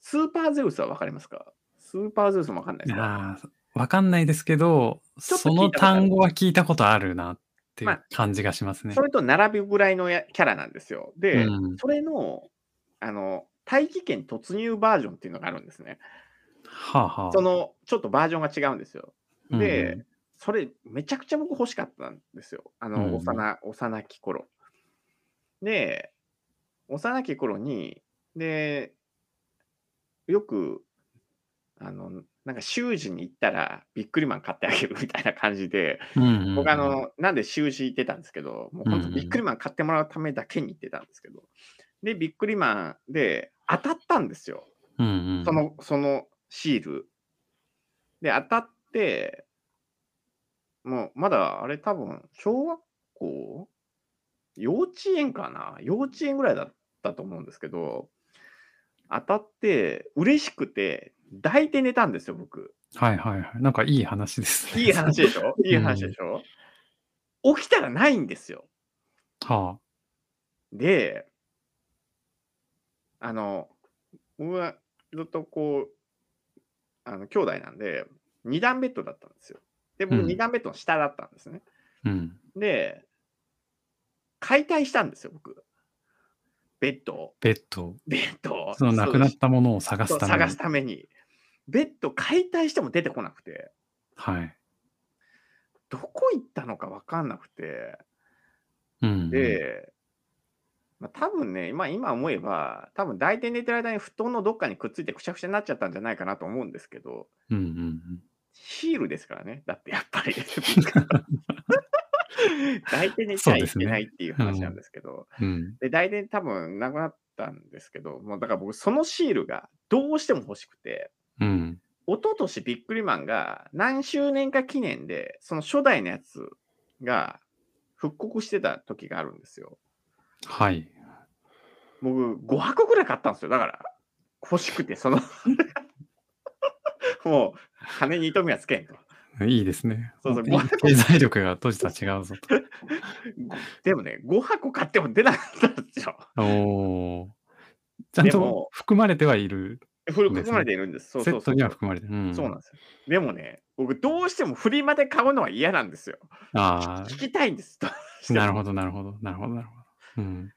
スーパーゼウスはわかりますかスーパーゼウスもわかんない
い
ですか
やーわかんないですけど、
ちょっと
そ
聞いたこ
の
とある
単語は聞いたことあるなってい
ま
う
あ
感じがしますね
そ。れと並ぶぐらいのやキャラなんですよ。で、
うん
それのあの大気圏突入バージョンっていうのがあるんですね。
はあはあ。
そのちょっとバージョンが違うんですよ。
うん
で、それめちゃくちゃ僕欲しかったんですよ。あ
うん
の幼,、幼き頃。で、幼き頃にで、よく、あの、なんか習字に行ったらビックリマン買ってあげるみたいな感じで、
うんうんうん
僕あ、の、なんで習字行ってたんですけど、もう本当ビックリマン買ってもらうためだけに行ってたんですけど、で、ビックリマンで当たったんですよ。
うんうん、
その、そのシール。で、当たって、もう、まだ、あれ多分、小学校幼稚園かな幼稚園ぐらいだったと思うんですけど、当たって、嬉しくて、抱いて寝たんですよ、僕。
はいはいはい。なんかいい話です、ね。
いい 話でしょいい話でしょ、起きたらないんですよ。
は
で、あの、僕はずっとこう、あの兄弟なんで、2段ベッドだったんですよ。で、僕
うん
2段ベッドの下だったんですね。
あ。うん。
で、解体したんですよ、僕。ベッドを。
ベッド。
ベッドを。
そのなくなっ
そう
たものを探す
そう
ために。
探すために。ベッド解体しても出てこなくて、
はい。
どこ行ったのか分かんなくて、
うんうん、
で、まあ、多分ね、今今思えば、多分大体寝てる間に布団のどっかにくっついてくしゃくしゃになっちゃったんじゃないかなと思うんですけど、
うんうんうん。
シールですからね、だってやっ ぱり。大体寝ちゃいけないっていう話なんですけど、
うん、
で大体多分なくなったんですけど、もうだから僕、そのシールがどうしても欲しくて、
うん。
一昨年ビックリマンが何周年か記念で、その初代のやつが復刻してた時があるんですよ。
はい。
僕、5箱ぐらい買ったんですよ。だから、欲しくて、その、もう、金に糸目はつけんと。
いいですね。
そうそう
本当に経済力が当時とは違うぞ と。
でもね、5箱買っても出なかったんですよ。
おお。ちゃん
で
と
も
含まれてはいる。
古く含まれているんです。そう
セ
そう
ッ
そ
ト
う
に。は含まれてる。うん、
そうなんですよ。でもね、僕、どうしてもフリマで買うのは嫌なんですよ。
あ
聞きたいんです。どうしても
あ、なるほど、なるほど、なるほど、なるほど。うん。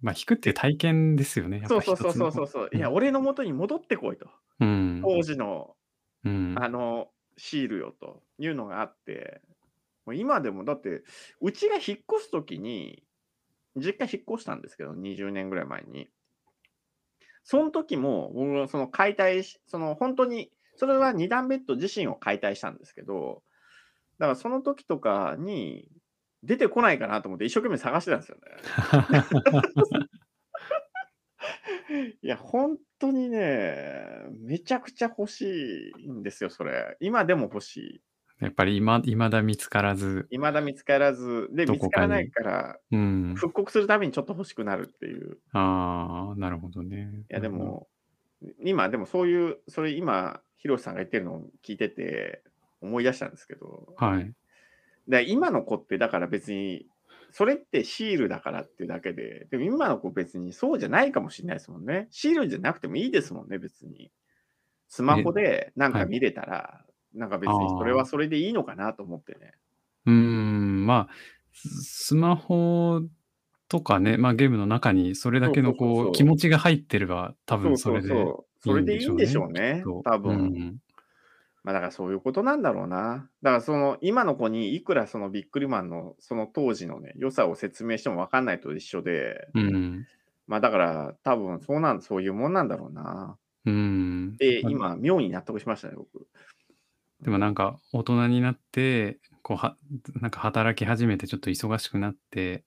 まあ、引くっていう体験ですよね。やっぱ。
そうそうそうそうそううそう。いや、俺の元に戻ってこいと。
うん。
当時の、
うん。
あの、シールよというのがあって、もう今でも、だって、うちが引っ越すときに、実家引っ越したんですけど、20年ぐらい前に。その時も、僕はその解体し、その本当に、それは二段ベッド自身を解体したんですけど、だからその時とかに、出てこないかなと思って一生懸命探してたんですよね。いや、本当にね、めちゃくちゃ欲しいんですよ、それ。今でも欲しい。
やっぱり今、いまだ見つからず。
未だ見つからず、で、
ど
見
こ
つ
か
か
に
らないから、
うん。
復刻するたびにちょっと欲しくなるっていう。
ああ、なるほどね。
いや、でも、今、でもそういう、それ今、ヒロシさんが言ってるのを聞いてて、思い出したんですけど、
うん。はい。
で今の子って、だから別に、それってシールだからっていうだけで、でも今の子別にそうじゃないかもしれないですもんね。シールじゃなくてもいいですもんね、別に。スマホでなん
は
か
い
見れたら、なんか別にそれはそれでいいのかなと思ってね。
うーん、まあ、ススマホとかね、まあゲームの中にそれだけの
そうそうそう
こ
そうう
気持ちが入ってれば、多分それで。
う。それでいいんでしょう
き
ね
っと、
多分。
うん
まあだからそういうことなんだろうな。だからその今の子にいくらそのビックリマンのその当時のね、良さを説明しても分かんないと一緒で、
うん。
まあだから多分そうなん、そういうもんなんだろうな。
うん。
で、
まあ
今、妙に納得しましたね、 僕。
でもなんか、大人になって、こうは、なんか働き始めて、ちょっと忙しくなって、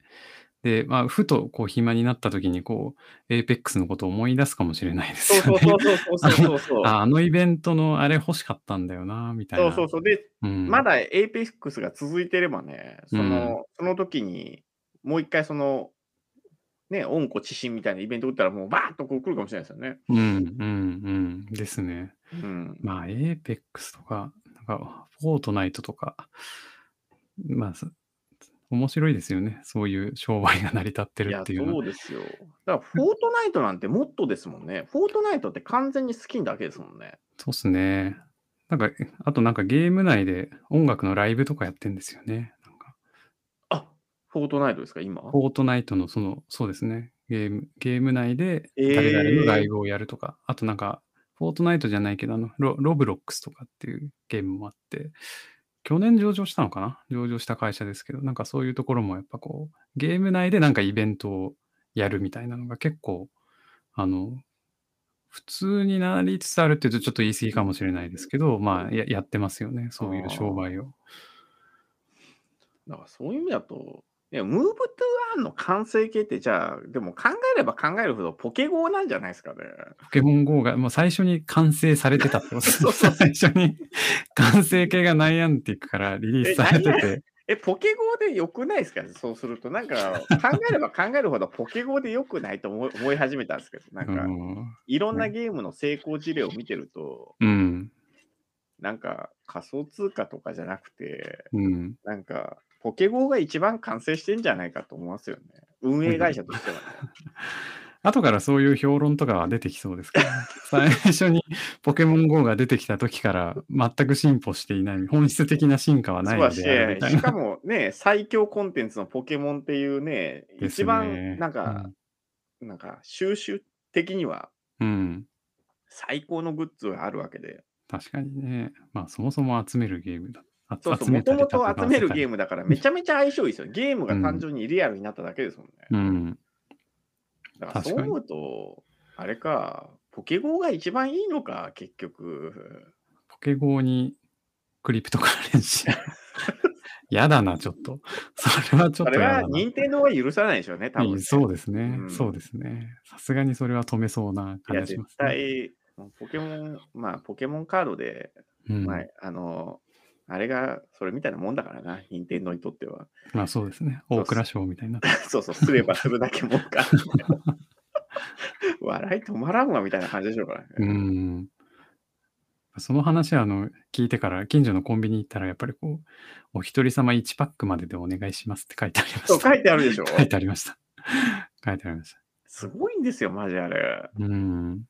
で、まあ、ふと、こう、暇になった時に、こう、エイペックスのことを思い出すかもしれないです
そう
よね。
そうそうそうそうそうそう。
ああのイベントのあれ欲しかったんだよな、みたい
そ
な。
うそうそう。で、
うん
まだエイペックスが続いてればね、その、その時にもう一回その、ね、恩子知心みたいなイベント打ったらもうバーッとこう来るかもしれないですよね。
うんうんうんですね。
うん。
まあ、エーペックスとか、なんか、フォートナイトとか、まあ、そ面白いですよね。そういう商売が成り立って
い
る
や、
っていうの
そ
は。
うですよ。だから、フォートナイトなんてもっとですもんね。フォートナイトって完全にスキンだけですもんね。
そうっすね。なんか、あとなんかゲーム内で音楽のライブとかやってんですよね。なんか、
あフォートナイトですか、今。
フォートナイトのその、そうですね。ゲーム、ゲーム内で
えー
誰々のライブをやるとか、あとなんか、フォートナイトじゃないけど、あのロ、ロブロックスとかっていうゲームもあって、去年上場したのかな上場した会社ですけど、なんかそういうところもやっぱこう、ゲーム内でなんかイベントをやるみたいなのが結構、あの、普通になりつつあるって言うとちょっと言い過ぎかもしれないですけど、まあ、ややってますよね、そういう商売を。
だからそういう意味だと、いやムーブ・トゥ・アンの完成形って、じゃあ、でも考えれば考えるほどポケゴーなんじゃないですかね。
ポケモン GO がもう最初に完成されてたってことです
そう そう
最初に 完成形がナイアンティックからリリースされて
えナイ
て、
え、ポケゴーで良くないですかそうすると、なん か考えれば考えるほどポケゴーで良くないと思い思い始めたんですけど、なん
う
か、
ん。
いろんなゲームの成功事例を見てると、
うん。
なんか仮想通貨とかじゃなくて、
うん。
なんかポケゴーが一番完成してんじゃないかと思いますよね。運営会社としてはね。
後からそういう評論とかは出てきそうですけど、 最初にポケモン GO が出てきた時から全く進歩していない、本質的な進化はな
そ
い
う
の
だし
であるみたい
し
な。
かもね、最強コンテンツのポケモンっていうね、
です
一
ね
番なんか、、なんか収集的には
うん、うん
最高のグッズがあるわけで、
確かにね。まあそもそも集めるゲームだ。あ
そうそう、
集め
も
た
と
り
もと集めるゲー
ム。
ムだからめちゃめちゃ相性いいですよ。ゲームが単純にリアルになっただけですもんね。
うん。
だからそう思うと、あれか、ポケゴーが一番いいのか、結局。
ポケゴーにクリプトカレン シー。やだな、ちょっと。それはちょ
あ
っと
れ
やだ
は
な。
任天堂は許さないでしょうね、多分、
いいそうですね、
うん
そうですね。さすがにそれは止めそうな
や、
感じがし
絶
ます、ね。
対、ポケモン、まあ、ポケモンカードで、
うん
まあ、あの、あれがそれみたいなもんだからな、任天堂にとっては。
まあそうですね。
そう
大蔵省みたいになって。
そうそう、すればするだけもん か。笑い止まらんわみたいな感じでしょうからね。
うん。その話あの聞いてから近所のコンビニ行ったらやっぱりこうお一人様1パックまででお願いしますって書いてありました。
そう書いてあるでしょ
書いてありました。書いてありました。
すごいんですよ、マジあれ。
うん。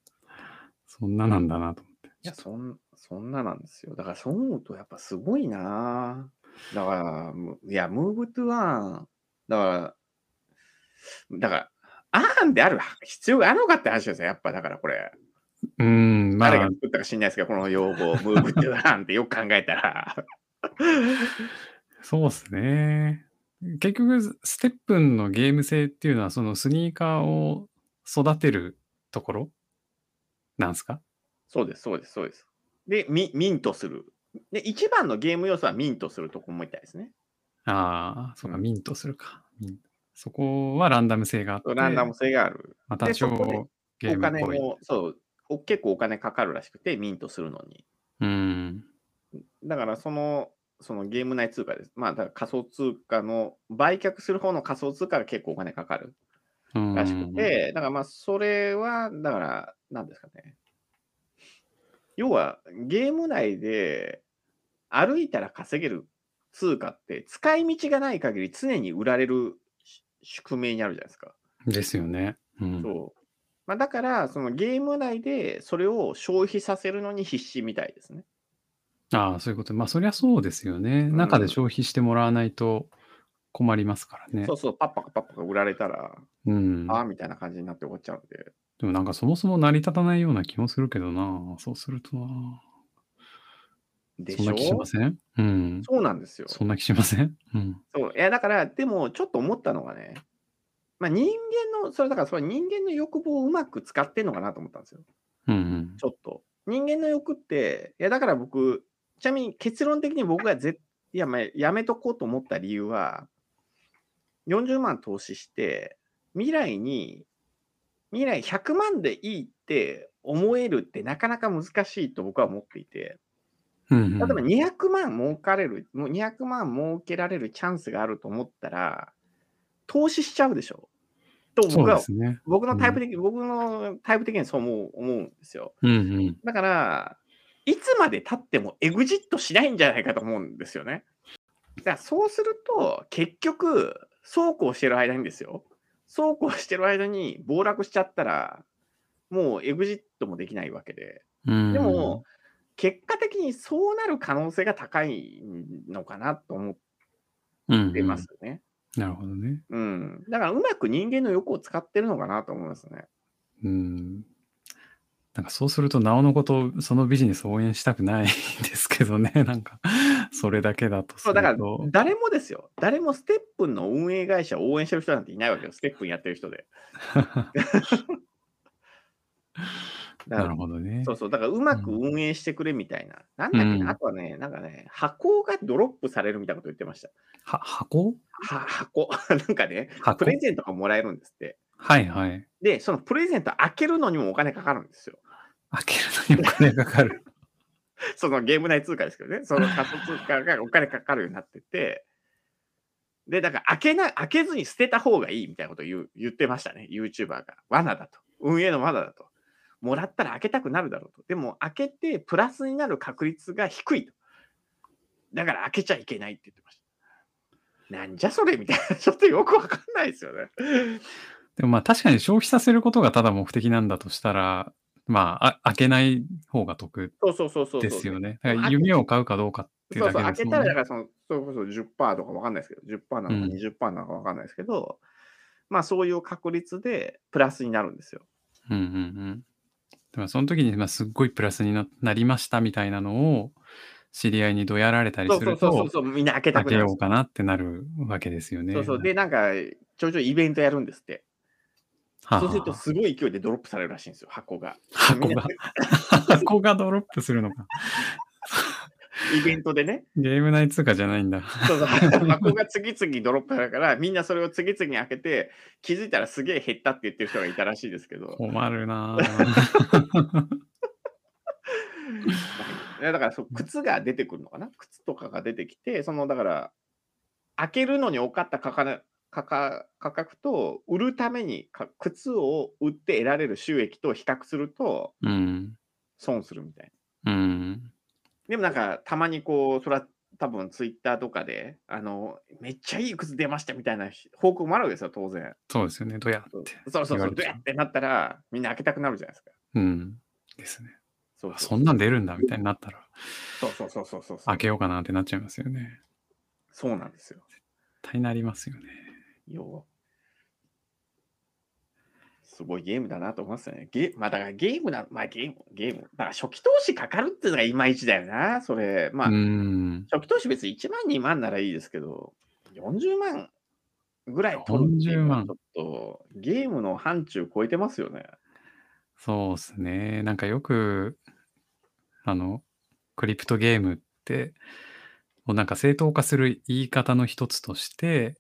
そんななんだなと思って。
いや、そんそんななんですよ。だからそう思うとやっぱすごいなぁだから、むいや、ムーブトゥアン、だから、だから、アンである必要があるのかって話ですよ、やっぱだからこれ。
うん、ま
誰
あ
が、作ったか知んないですけど、この用語、ムーブトゥアンってよく考えたら。
そうですね。結局、ステップンのゲーム性っていうのは、そのスニーカーを育てるところなんですか
そうです、そうです、そうです。で、ミミントする。で、一番のゲーム要素はミントするとこもいたいですね。
ああ、そうか、
うん
ミントするか。ミントそこはランダム性があって、
ランダム性がある。
また
でそ
超
こでお
ゲームっ
金
ぽい。
も、そうお、結構お金かかるらしくて、ミントするのに。
うん。
だから、その、そのゲーム内通貨です。まあ、だから仮想通貨の、売却する方の仮想通貨が結構お金かかる
うん
らしくて、だからまあ、それは、だから、なんですかね。要は、ゲーム内で歩いたら稼げる通貨って、使い道がない限り常に売られるし宿命にあるじゃないですか。
ですよね。うん。
そうまあ、だから、そのゲーム内でそれを消費させるのに必死みたいですね。
ああ、そういうこと。まあ、そりゃそうですよね。
ん
中で消費してもらわないと困りますからね
そう。そう、パッパカパッパカ売られたら、
うん。
ああみたいな感じになって終わっちゃうんで。
でもなんかそもそも成り立たないような気もするけどな。そうするとな。
で
そん
し
な気し
ょ
ませんうん。
そうなんですよ。
そんな気しませんうん。
そう。いや、だから、でも、ちょっと思ったのがね、まあ、人間の、それだから、その人間の欲望をうまく使ってんのかなと思ったんですよ。
うん
ちょっと。人間の欲って、いや、だから僕、ちなみに結論的に僕がぜいや、まあ、やめとこうと思った理由は、40万投資して、未来に、未来100万でいいって思えるってなかなか難しいと僕は思っていて。
うん。うん
例えば
うん
200万儲かれる、もう200万儲けられるチャンスがあると思ったら、投資しちゃうでしょと
そう
僕
で
は、
すね。
僕のタイプ的、僕のタイプ的にそう思う思うんですよ。
うんうん。
だから、いつまで経ってもエグジットしないんじゃないかと思うんですよね。だからそうすると、結局、そうこうしてる間にですよ。そうこうしてる間に暴落しちゃったら、もうエグジットもできないわけで。
うん
でも、、結果的にそうなる可能性が高いのかなと思っ
うん
てますね。
うん。なるほどね。
うん、だから、うまく人間の欲を使ってるのかなと思いますね。
うん。なんかそうすると、なおのこと、そのビジネスを応援したくないですけどね。なんか、それだけだとす
そう、
る
だから
と、。
誰もですよ。誰もステップンの 運営会社を応援してる人なんていないわけよ。ステップンやってる人で。だか
なる
ら
ほどね。
そうそう、だからうまく運営してくれみたいな。なんだっけ
うん
な、あとはね、なんかね、箱がドロップされるみたいなこと言ってました。
は箱
は箱、 なんかね、
箱
プレゼントがもらえるんですって。
はいはい。
で、そのプレゼント開けるのにもお金かかるんですよ。
開けるのにお金かか る。
そのゲーム内通貨ですけどね、その仮想通貨がお金かかるようになってて、で、だから開けな開けずに捨てた方がいいみたいなことを言う言ってましたね、YouTuber が。罠だと。運営の罠だと。もらったら開けたくなるだろうと。でも、開けてプラスになる確率が低いと。だから開けちゃいけないって言ってました。なんじゃそれみたいな、ちょっとよくわかんないですよね。
でもまあ確かに消費させることがただ目的なんだとしたら、まああ開けない方が得
そうそうそうそうそう。
ですよね。だから夢を買うかどうかっていう
そうそ
だ
う、開
けです
け
も
た
ん
ら、だ
ね
か。らその、それこそ10%とかわかんないですけど、10%なのか
うん
20%なのかわかんないですけど、まあそういう確率でプラスになるんですよ。
うんうんうん。でもその時にまあすっごいプラスにななりましたみたいなのを知り合いにどやられたり
そう
す
そ
る
うそうそう
と、
そう、みんな開けた
開
く
け
なるん
よ
です
うかなってなるわけですよね。
よ。そうそう、で、なんか、ちょいちょいイベントやるんですって。
はあ
そうすると、すごい勢いでドロップされるらしいんですよ、箱が。
箱
みん
が
な、
箱がドロップするのか。
イベントでね、
ゲーム内通貨じゃないんだ。
そうそう箱が次々ドロップされるから、みんなそれを次々開けて、気づいたらすげえ減ったって言ってる人がいたらしいですけど、
困るなぁ
いやだからそう靴が出てくるのかな靴とかが出てきて、そのだから、開けるのに多かった価格価格価格と、売るためにか靴を売って得られる収益と比較すると、
うん。
損するみたいな。
うん。
でもなんか、たまにこう、それは多分ツイッターとかで、あの、めっちゃいい靴出ましたみたいな報告もあるわけですよ、当然。
そうですよね。どやって。
そうそう
言わ
そう、ど
れて
う
た
やってなったら、みんな開けたくなるじゃないですか。
うん。ですね。
そう
あ
そ
そ
うん
なん出るんだみたいになったら、
そうそうそうそうそう。
開けようかなってなっちゃいますよね。
そうなんですよ。
絶対なりますよね。
よすごいゲームだなと思いますよね。ゲまあ、だからゲームな、まあゲーム、ゲーム。だから初期投資かかるっていうのがいまいちだよな、それ。まあ、
うん。
初期投資別に1万、2万ならいいですけど、40万ぐらい取るっていうのはちょっと、ゲームの範疇超えてますよね。
そうですね。なんかよく、あの、クリプトゲームって、もうなんか正当化する言い方の一つとして、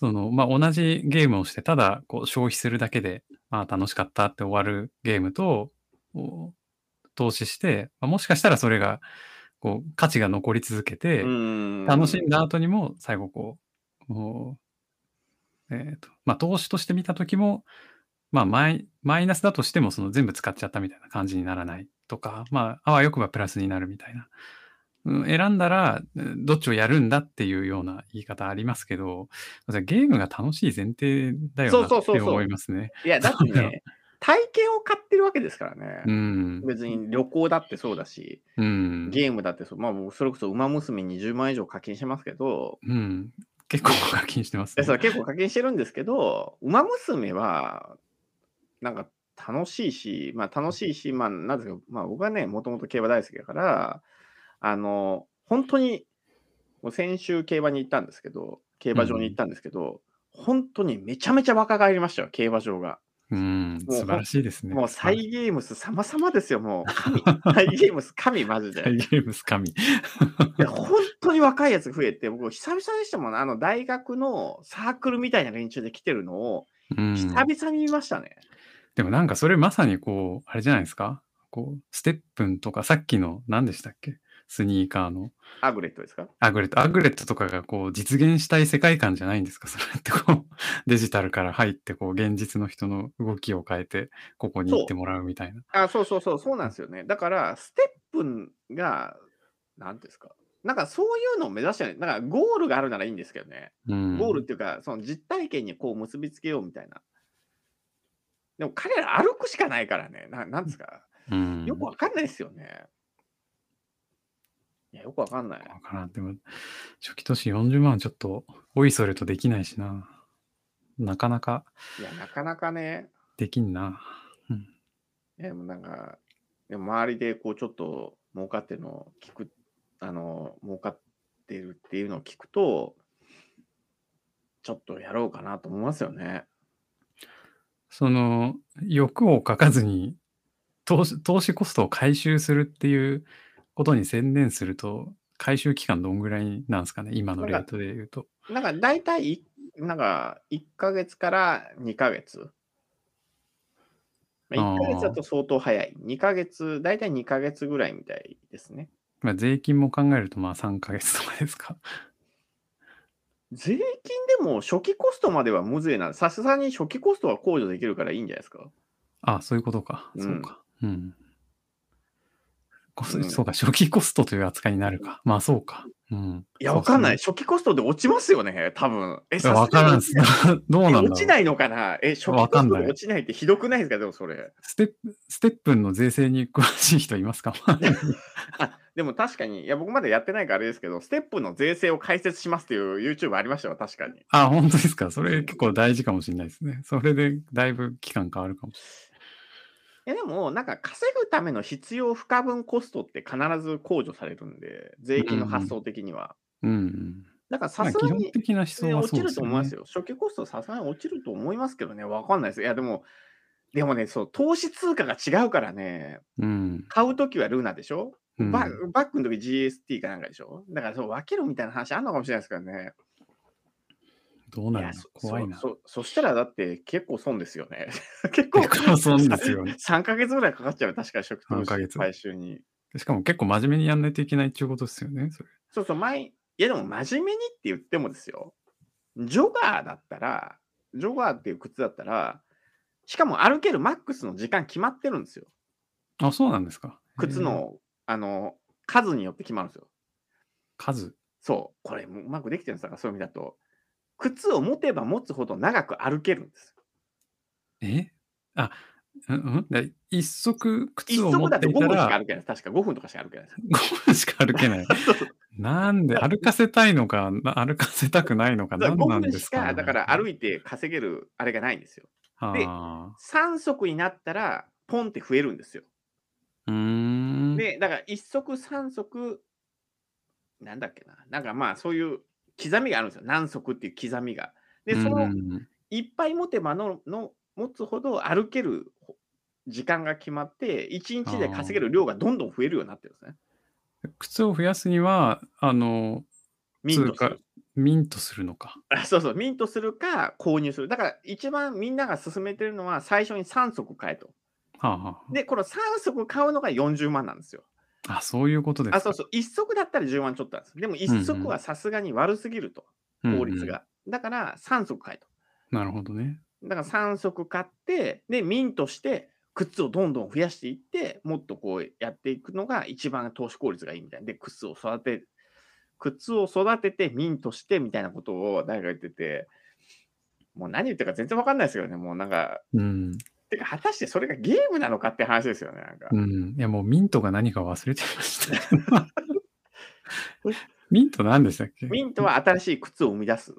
その、まあ、同じゲームをして、ただ、こう、消費するだけで、まあ、楽しかったって終わるゲームと、お投資して、まあ、もしかしたらそれが、こう、価値が残り続けて、
うん。
楽しんだ後にも最後こう、もうえっ、と、まあ投資として見た時も、まあマイマイナスだとしてもその全部使っちゃったみたいな感じにならないとか、まああわよくばプラスになるみたいな。うん選んだらうんどっちをやるんだっていうような言い方ありますけど、それゲームが楽しい前提だよ
そ
な
うそうそう
っ
そう
て思いますね。
いや、だって
そうなの
ね、体験を買ってるわけですからね。
うん。
別に旅行だってそうだし、
うん。
ゲームだってそう、まあ僕、それこそ、ウマ娘20万以上課金してますけど、
うん。結構課金してます
で
ね。
それ結構課金してるんですけど、ウマ娘は、なんか楽しいし、まあ楽しいし、まあなんですか、まあ僕はね、もともと競馬大好きだから、あの、本当に、もう先週競馬に行ったんですけど、競馬場に行ったんですけど、本当にめちゃめちゃ若返りましたよ、競馬場が。
うん。
う
素晴らしいですね。
もうサイゲームス様々ですよ、 もう神。サイゲームス神、マジで。
サイゲームス神。
で本当に若いやつ増えて、僕、久々でしたもん、あの、大学のサークルみたいな連中で来てるのを、
うん
久々に見ましたね。
でもなんかそれまさにこう、あれじゃないですかこう、ステップンとかさっきの何でしたっけスニーカーの
アグレットですか
アグレット、アグレットとかがこう実現したい世界観じゃないんですかそれ ってこう、デジタルから入ってこう、現実の人の動きを変えて、ここに行ってもらうみたいな。
あ、そうそうそう、そうなんですよね。だから、ステップが、なんていうんですか。なんかそういうのを目指してない。なんかゴールがあるならいいんですけどね。
うん。
ゴールっていうか、その実体験にこう結びつけようみたいな。でも彼ら歩くしかないからね。ななんですか。
うん。
よくわかんないですよね。いや、よくわかんない。
わからん。でも、初期投資40万はちょっと、おいそれとできないしな。なかなか
いや、なかなかね。
できんな。
えもうなんか、でも周りでこうちょっと儲かってるのを聞く、あの、儲かってるっていうのを聞くと、ちょっとやろうかなと思いますよね。
その、欲をかかずに投資投資コストを回収するっていうことに専念すると、回収期間どんぐらいなんですかね、今のレートで言うと。
なんか大体い、なんか1ヶ月から2ヶ月。まあ、1ヶ月だと相当早い。2ヶ月、大体2ヶ月ぐらいみたいですね。
まあ、税金も考えると、まあ3ヶ月とかですか。
税金でも初期コストまでは無税なんで、さすがに初期コストは控除できるからいいんじゃないですか。
あ、そういうことか。
うん
そうか。うん。こ
うん
そうか、初期コストという扱いになるか。まあ、そうか。うん。
いや、わかんない。
し。
初期コストで落ちますよね、多分。え、
いやわからんっす。 どうなんだろう。
落ちないのかなえ、初期コ
わか
ス
ん
ト
ない
で落ちないってひどくないですかでもそれ。
ステップ、ステップンの税制に詳しい人いますか
あ、でも確かに、いや、僕まだやってないからあれですけど、ステップの税制を解説しますっていう YouTube ありましたよ、確かに。
あ、本当ですか。それ結構大事かもしれないですね。それでだいぶ期間変わるかもし
えでも、なんか稼ぐための必要不可分コストって必ず控除されるんで、税金の発想的には。
れない。うん
だから
うん。ま
さ
あ、
す
基
が
本
に、
的な思
ね
想は
落
そう
ち
で
る
す
と
よ
思いま
ね
す。よ。初期コストさすがに落ちると思いますけどね、わかんないです。いや、でも、でもね、そう、投資通貨が違うからね、
うん。
買うときはルーナでしょ、
うん
ババックの時 GST かなんかでしょだからそう分けるみたいな話あんのかもしれないですからね。
どうないる
や
の
そ
怖いな。
そそそしたらだって結構損ですよね。 結 構
結構損ですよね
3ヶ月ぐらいかかっちゃう、確か食
三
投
ヶ月
資回収に。
しかも結構真面目にやんないといけないっていうことですよね。それ
そうそう、前、いやでも真面目にって言ってもですよ。ジョガーだったら、ジョガーっていう靴だったら、しかも歩けるマックスの時間決まってるんですよ。
あ、そうなんですか。
靴
へー
の、あの、数によって決まるんですよ。
数。
そう、これもううまくできてるんですから、そういう意味だと。靴を持てば持つほど長く歩けるんです。
えあ、うんうんで一足
一
靴を持
足だ
っ
と
て
5
い
分
た
しから歩けないです。確か5分とかしか歩けないです。
5分しか 歩けない。なんで歩かせたいのか、な歩かせたくないのか、
だから
何な
5
ん
分
で
し
すかね、
か、だから歩いて稼げるあれがないんですよ。で
あ
3足になったら、ポンって増えるんですよ。
ーうーん。
で、だから1足、3足、なんだっけな、なんかまあそういう刻みがあるんですよ。何足っていう刻みが。で、そ
うんう
の
んうん
いっぱい持てばのの持つほど歩ける時間が決まって、1日で稼げる量がどんどん増えるようになってるんですね。
靴を増やすには、あの、
ミントす
通貨
る。
ミントするのか。
あそうそう、ミントするか購入する。だから一番みんなが勧めてるのは最初に3足買えと。
はあ、はあ
で、この3足買うのが40万なんですよ。
あ、そういうことですか。
あ、そうそう、1足だったら10万ちょっとなんです。でも1足はさすがに悪すぎると、
うんうん
法律が。だから3足買えと。
なるほどね。
だから3足買って、で、ミントして、靴をどんどん増やしていって、もっとこうやっていくのが一番投資効率がいいみたいな。で、靴を育て、靴を育ててミントしてみたいなことを誰か言ってて、もう何言ってるか全然わかんないですけどね、もうなんか、
うん。
てか果たしてそれがゲームなのかって話ですよね、なんか
う。ん。いや、もうミントが何か忘れてましたけど。 ミント何でしたっけ
ミントは新しい靴を生み出す。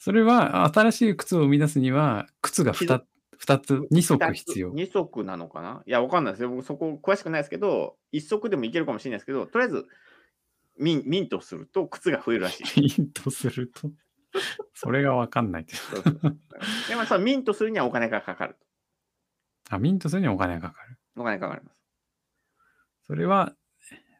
それは、新しい靴を生み出すには、靴が 2, 二つ、2足必要。
2足なのかないや、わかんないですよ。僕そこ詳しくないですけど、1足でもいけるかもしれないですけど、とりあえずミンミントすると靴が増えるら しい。
ミントすると、それがわかんないっていう。
そうそうでもそのミントするにはお金がかかる。
あ、ミントするにはお金がかかる。
お金がかかります。
それは、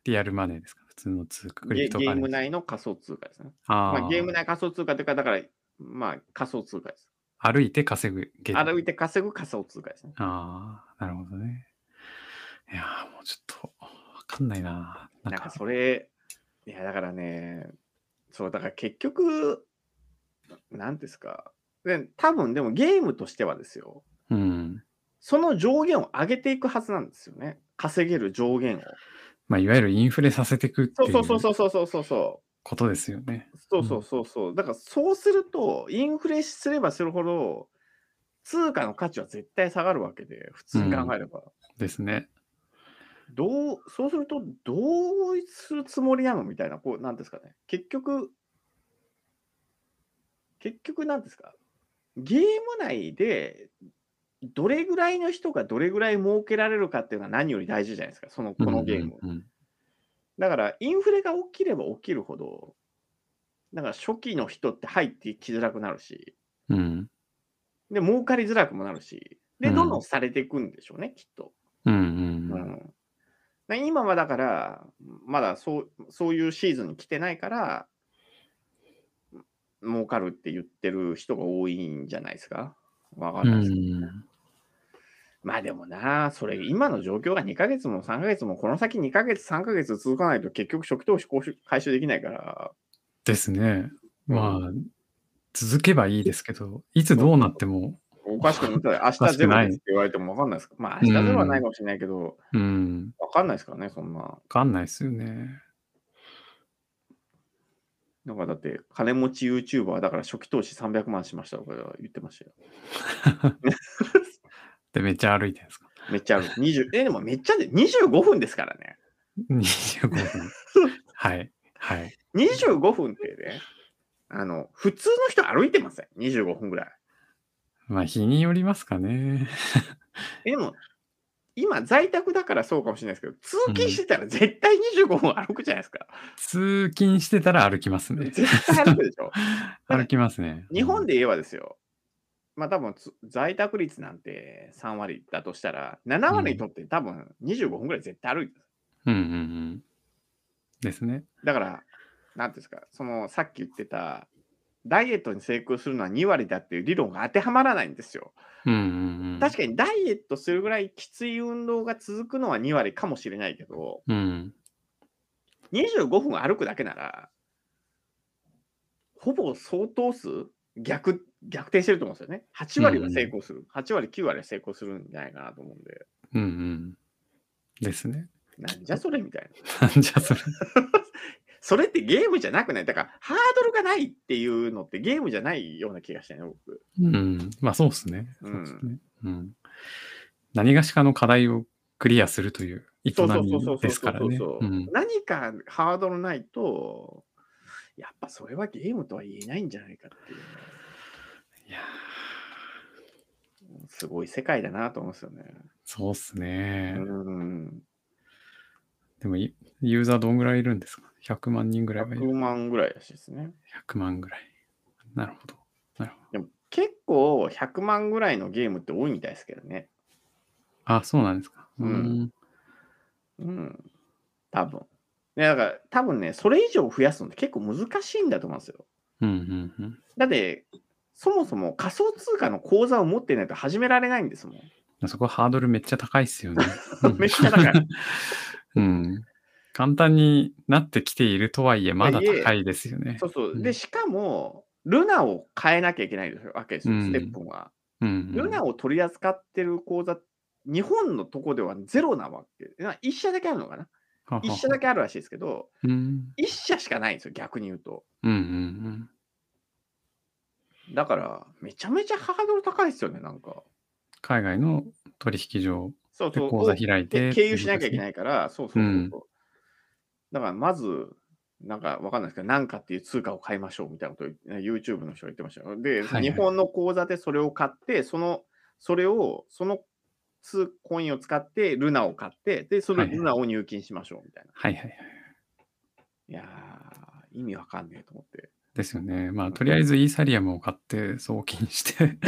リアルマネーですか普通の通貨、ク
ゲ
リプト
ゲ
カ
ー
レン
ム
ジ
内の仮想通貨ですね。
あー
まあ、ゲーム内仮想通貨というか、だから、まあ、仮想通貨です。
歩いて稼ぐゲーム。
歩いて稼ぐ仮想通貨ですね。
ああ、なるほどね。いやーもうちょっと、わかんないな。なん
なんか
か、
それ、いや、だからね、そう、だから結局、なんていうんですか。で多分でもゲームとしてはですよ、
うん。
その上限を上げていくはずなんですよね。稼げる上限を。
まあ、いわゆるインフレさせていくって
そ
いうう
そうそうそうそうそうそう。
ことですよね。
そうそうそうそう。だからそうすると、インフレすればするほど、通貨の価値は絶対下がるわけで、普通に考えれば。
ですね。
どう、そうすると、どうするつもりなのみたいな、こう、なんですかね。結局、結局なんですか。ゲーム内で、どれぐらいの人がどれぐらい儲けられるかっていうのは何より大事じゃないですか、その、このゲーム。
うんうんうん
だから、インフレが起きれば起きるほど、だから初期の人って入ってきづらくなるし、
うん。
で、儲かりづらくもなるし、で、
うん
どんどんされていくんでしょうね、きっと。
ううん
う
う。
んん、で今はだから、まだそうそういうシーズンに来てないから、儲かるって言ってる人が多いんじゃないですか。わか
うん
ないですけど
ん。
まあでもな、それ今の状況が2ヶ月も3ヶ月も、この先2ヶ月、3ヶ月続かないと結局初期投資交収回収できないから、
ですね。まあ、続けばいいですけど、いつどうなっても、
おかしくなったら明日ゼロですって言われてもわかんないですか。まあ明日ゼロはないかもしれないけど、
うん、
わかんないですからね、そんな。
わかんないですよね。
なんかだって、金持ち YouTuber だから初期投資300万しましたとか言ってましたよ。
で、めっちゃ歩いてるんですか。
めっちゃある。20え、でもめっちゃで、25分ですからね。
25分。 はい。はい。
25分ってね、あの、普通の人歩いてません。25分ぐらい。
まあ、日によりますかね。
えでも、今、在宅だからそうかもしれないですけど、通勤してたら絶対25分歩くじゃないですか。
通勤してたら歩きま すね。
絶対歩くでしょ。
歩きますね。
日本で言えばですよ。まあ多分つ在宅率なんて3割だとしたら、7割にとって多分25分ぐらい絶対歩いてる
うんうんうん。ですね。
だから、なんていうんですか、そのさっき言ってた、ダイエットに成功するのは2割だっていう理論が当てはまらないんですよ。
うんうんうん。
確
か
かにダイエットするぐらいきつい運動が続くのは2割かもしれないけど、
に。うん。
25分歩くだけなら、ほぼ相当数逆逆転してると思うんですよね。8割は成功する。8割、9割は成功するんじゃないかなと思うんで、
うんうん。ですね。
なんじゃそれみたいな。
なんじゃそれ。
それってゲームじゃなくないだから、ハードルがないっていうのってゲームじゃないような気がしてね、僕。
うん。まあ、そうですね。
う
そ
ん
うっすね。うん。何がしかの課題をクリアするという営
そうそうそうそう
みですからね。
そうそう
う。
そうそうん何かハードルないと、やっぱそれはゲームとは言えないんじゃないかっていう
いやー
ね、すごい世界だなと思うんですよね。
そうっす
う
ね。
ん。
でもい、ユーザーどんぐらいいるんですか ?100 万人ぐらいはいる。
100万ぐらいらしいですね。
100万ぐらい。なるほど。なるほど。
でも結構100万ぐらいのゲームって多いみたいですけどね。
あ、そうなんですか。
うん。うん。多分。でだから多分ね、それ以上増やすのって結構難しいんだと思うんですよ。
うんうんうん。
だって、そもそも仮想通貨の口座を持ってないと始められないんですもん。。
そこハードルめっちゃ高いっすよね
めっちゃ高い。
うん。簡単になってきているとはいえ、まだ高いですよね
そ。うそう。
う
で、
ん
しかも、ルナを変えなきゃいけないわけですよ、
うん
ステップは。
うんうん。
ルナを取り扱ってる口座、日本のとこではゼロなわけ。な一社だけあるのかな
はは
一社だけあるらしいですけど、
うん。
一社しかないんですよ、逆に言うと。
うんうん
だから、めちゃめちゃハードル高いですよね、なんか。
海外の取引所
そう
で
そう。
口座開いて。。
で経由しなきゃいけないいから、そうそうそうそう、
うん
だからまず、なんかわかんないですけど、なんかっていう通貨を買いましょうみたいなことを言って YouTube の人が言ってましたよ。で、
はいはい
日本の口座でそれを買って、その、それを、その通コインを使って、ルナを買って、で、それ
はいはい
ルナを入金しましょうみたいな。
はいはいはい。
いやー、意味わかんねえと思って。
ですよね。まあ、とりあえずイーサリアムを買って送 金して、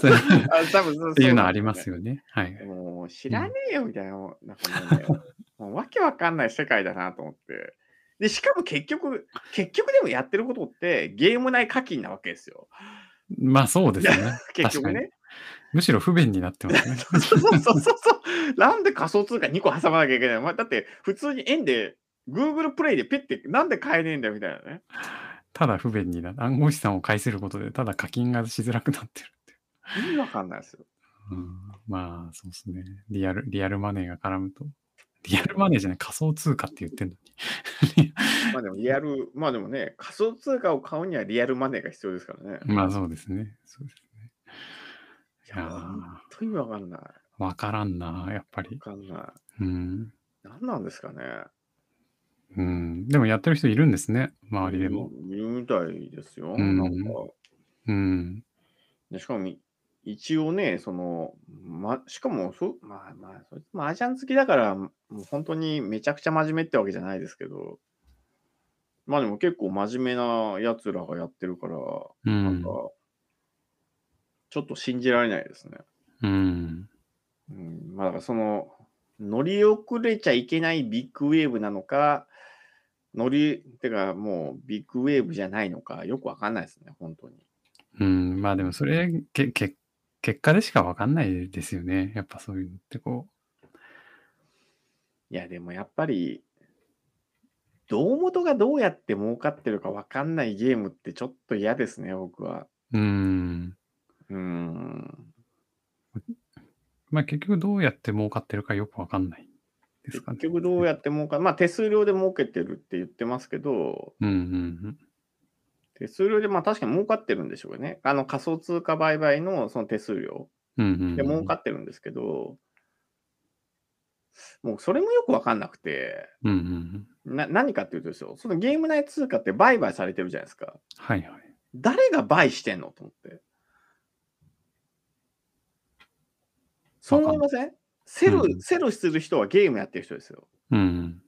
そう
あ多分そう
っていうのはあります
よ。
よね。はい。
もう知らねえよみたいな、なんかも うね、もうわけわかんない世界だなと思って。で、しかも結局、結局でもやってることってゲーム内課金なわけですよ。。
まあそうですね
結局
確かに
ね。。
むしろ不便になってますね。
そうそうそうそう。なんで仮想通貨2個挟まなきゃいけないの、まあ、だって普通に円で Google プレイでピッてなんで買えねえんだよみたいなね。
ただ不便になる。暗号資産を介することで、ただ課金がしづらくなってるっていう。
意味わかんないですよ。
うん、まあ、そうですね。リアル、リアルマネーが絡むと。リアルマネーじゃない、仮想通貨って言ってんのに。
まあでもリアル、まあでもね、仮想通貨を買うにはリアルマネーが必要ですからね。
まあそうですね。そうですね。いや
本当にわかんない。わ
ー、わからんな、やっぱり。
かんない。
うん。
何なんですかね。
うん。でもやってる人いるんですね、周りでも。
うん。いるみたいですよ。
うん
なんか
うん。
でしかもみ、一応ね、その、ま、しかもそ、まあまあ、それ麻雀好きだから、もう本当にめちゃくちゃ真面目ってわけじゃないですけど、まあでも結構真面目なやつらがやってるから、
う
なん
ん
か。、ちょっと信じられないですね。
うん。
うん、まあだからその、乗り遅れちゃいけないビッグウェーブなのか、乗り、てかもうビッグウェーブじゃないのか、よくわかんないですね、本当に。
うん、まあでもそれ、けけ結果でしか分かんないですよね。やっぱそういうのってこ
いや、でもやっぱり、胴元がどうやって儲かってるかわかんないゲームってちょっと嫌ですね、僕は。
う。うん。
うーん。
まあ結局どうやって儲かってるかよく分かんないです
結
かね。
局どうやって儲かまあ手数料で儲けてるって言ってますけど、
うんうん
手数料でまあ確かに儲かってるんでしょうね。あの仮想通貨売買のその手数料
うん。うんうん。
で儲かってるんですけど、もうそれもよくわかんなくて、
うんうんうん。
な何かっていうとですよ、そのゲーム内通貨って売買されてるじゃないですか。
はいはい。
誰が売してんのと思って。そう思いませんセル、
うん
セルする人はゲームやってる人ですよ。
うんうん。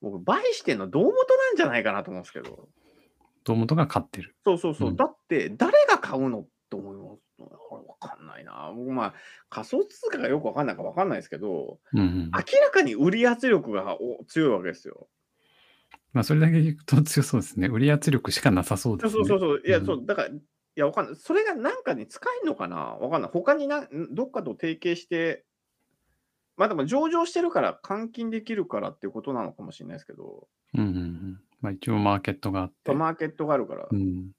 僕、売してんの胴元なんじゃないかなと思うんですけど。
胴元が勝ってる。
そうそうそう。
うん
だって、誰が買うのって思います。わかんないな。僕、まあ、仮想通貨がよくわかんないかわかんないですけど、
うんうん。
明らかに売り圧力がお強いわけですよ。
まあそれだけ聞くと強そうですね。売り圧力しかなさそうで
そう
す
そ
ね。
うそうそう。いや、そうう、だから、いや、わかんない。それがなんかに使えるのかなわかんない。他にな、どっかと提携して、まあでも上場してるから換金できるからっていうことなのかもしれないですけど、
うんうんうん。まあ一応マーケットがあって。
マーケットがあるから
う、ん。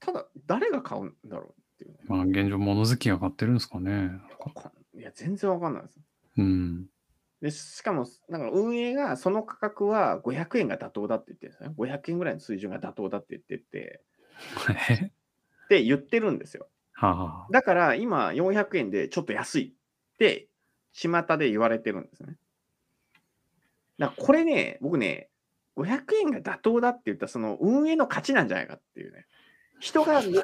ただ、誰が買うんだろうっていうね。
まあ現状物好きが買ってるんですかね。
わかんいや、全然わかんないです。
うん。
で、しかも、なんか運営がその価格は500円が妥当だって言ってるんですね。500円ぐらいの水準が妥当だって言ってて、って言ってるんですよ。
はあ。
だから今400円でちょっと安いって巷で言われてるんですね。だからこれね、僕ね、500円が妥当だって言ったらその運営の価値なんじゃないかっていうね。人 が、その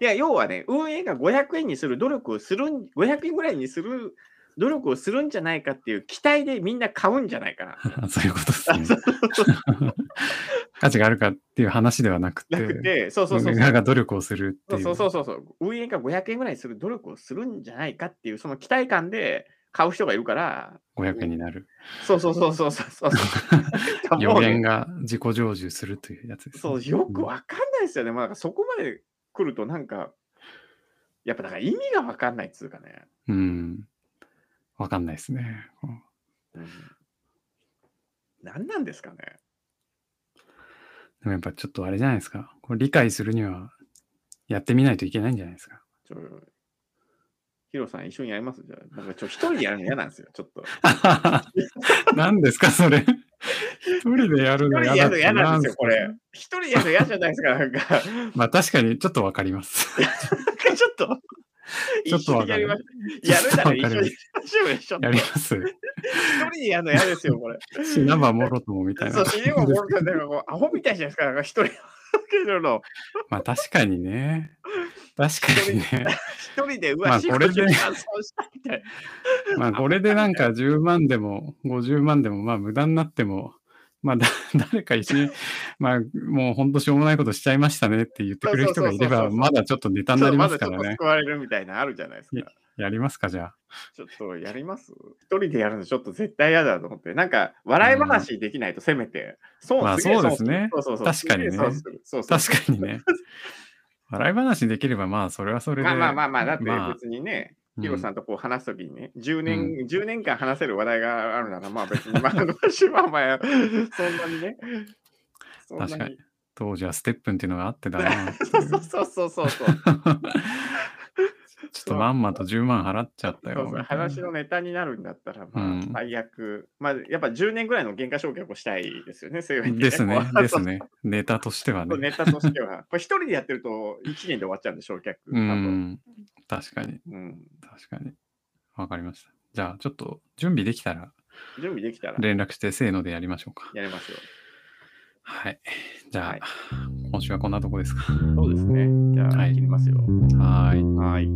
いや、要はね、運営が500円にする努力をするん、500円ぐらいにする努力をするんじゃないかっていう期待でみんな買うんじゃないかな。
そういうことですね。 価値があるかっていう話ではなくて、
なくて、そうそうそうそう
運営。が努力をするって
そ
いうう。
そうそうそうそう。運営が500円ぐらいする努力をするんじゃないかっていう、その期待感で買う人がいるから、
500円になる。
そうそうそうそうそう そうそう。
予
もうね
言が自己成就するというやつですね、
そう、よくわかんないですよね。まあ、なんかそこまで来ると、なんか、やっぱだから意味がわかんないっつうかね。
うん。わかんないですね。
うん、何なんですかね。
でもやっぱちょっとあれじゃないですか。これ理解するにはやってみないといけないんじゃないで すか。
ちょヒロさん一緒にやりますじゃあ、なんかちょ、一人でやるの嫌なんですよ、ちょっと。
何ですか、それ。一人でやる
一人
の
で
嫌
やる
だっ
の
て
嫌なんですよ、
か
これ。一人でやるの嫌じゃないですか、なんか。なん
まあ確かにちょっとわかります。
かちょっと。
ちょっと
一緒
わ
にや
か
り
る
ましょう。やるなら一緒にやり
ちょっとわかる
ましょうよ、ちょっと
やります。
一人でやるの嫌ですよ、こ れ。
死なばもろともみたい
そ
な
う、。死にもボルトなんかこう、アホみたいじゃないですか、なんか一人でけどの、
まあ確かにね。確かにね。
一人で、う
ま
わ、
あ
シフ
これ
ト
で
中断そうしたみたい
まあこれでなんか10万でも50万でもまあ無駄になってもまあだ 誰か一緒にまあもうほんとしょうもないことしちゃいましたねって言ってくれる人がいれ
そうそうそうそう
ば
そう
まだちょっとネタ
な。ち
に
ょ
な
っと
りま
ますだち
か
ょっと
らね。
救われるみたいなのあるじゃないですか。
やりますかじゃあ。
ちょっとやります一人でやるのちょっと絶対嫌だと思って、なんか笑い話できないとせめて、そう
まあ
げえ
そうですね
そうそうそう。
確かにね
すげえ損するそうそう
確かにね。笑い話できればまあそれはそれで。
まあまあまあまあ、だって
まあ
別にね、
うん
ヒロさんとこう話すときにね、10年、10年間話せる話題があるなら、まあ別に、まあ、 私はまあ、そんなにね。そんな
確かに。当時はステップンっていうのがあって だなっていう。
そうそうそうそうそう。
ちょっとまんまと10万払っちゃった
そ
よ
う
み
そう
たいな。
話のネタになるんだったら、ま
うん
あ、最悪、まあ、やっぱ10年ぐらいの減価償却をしたいですよね、そういう意味
です
こ
ね。
う
ですね。ネタとしては
そう
ね。
ネタとしては。これ一人でやってると1年で終わっちゃうんで、焼却。多
う
分
ん。確かに。
うん
確かに。わかりました。じゃあ、ちょっと準備できたら
準備できたら
連絡して、せーのでやりましょうか。
やりますよ。
はい。じゃあ、
はい
今週はこんなと こですか。
そうですね。じゃあ、
はい
切りますよ。
はーい。
はい。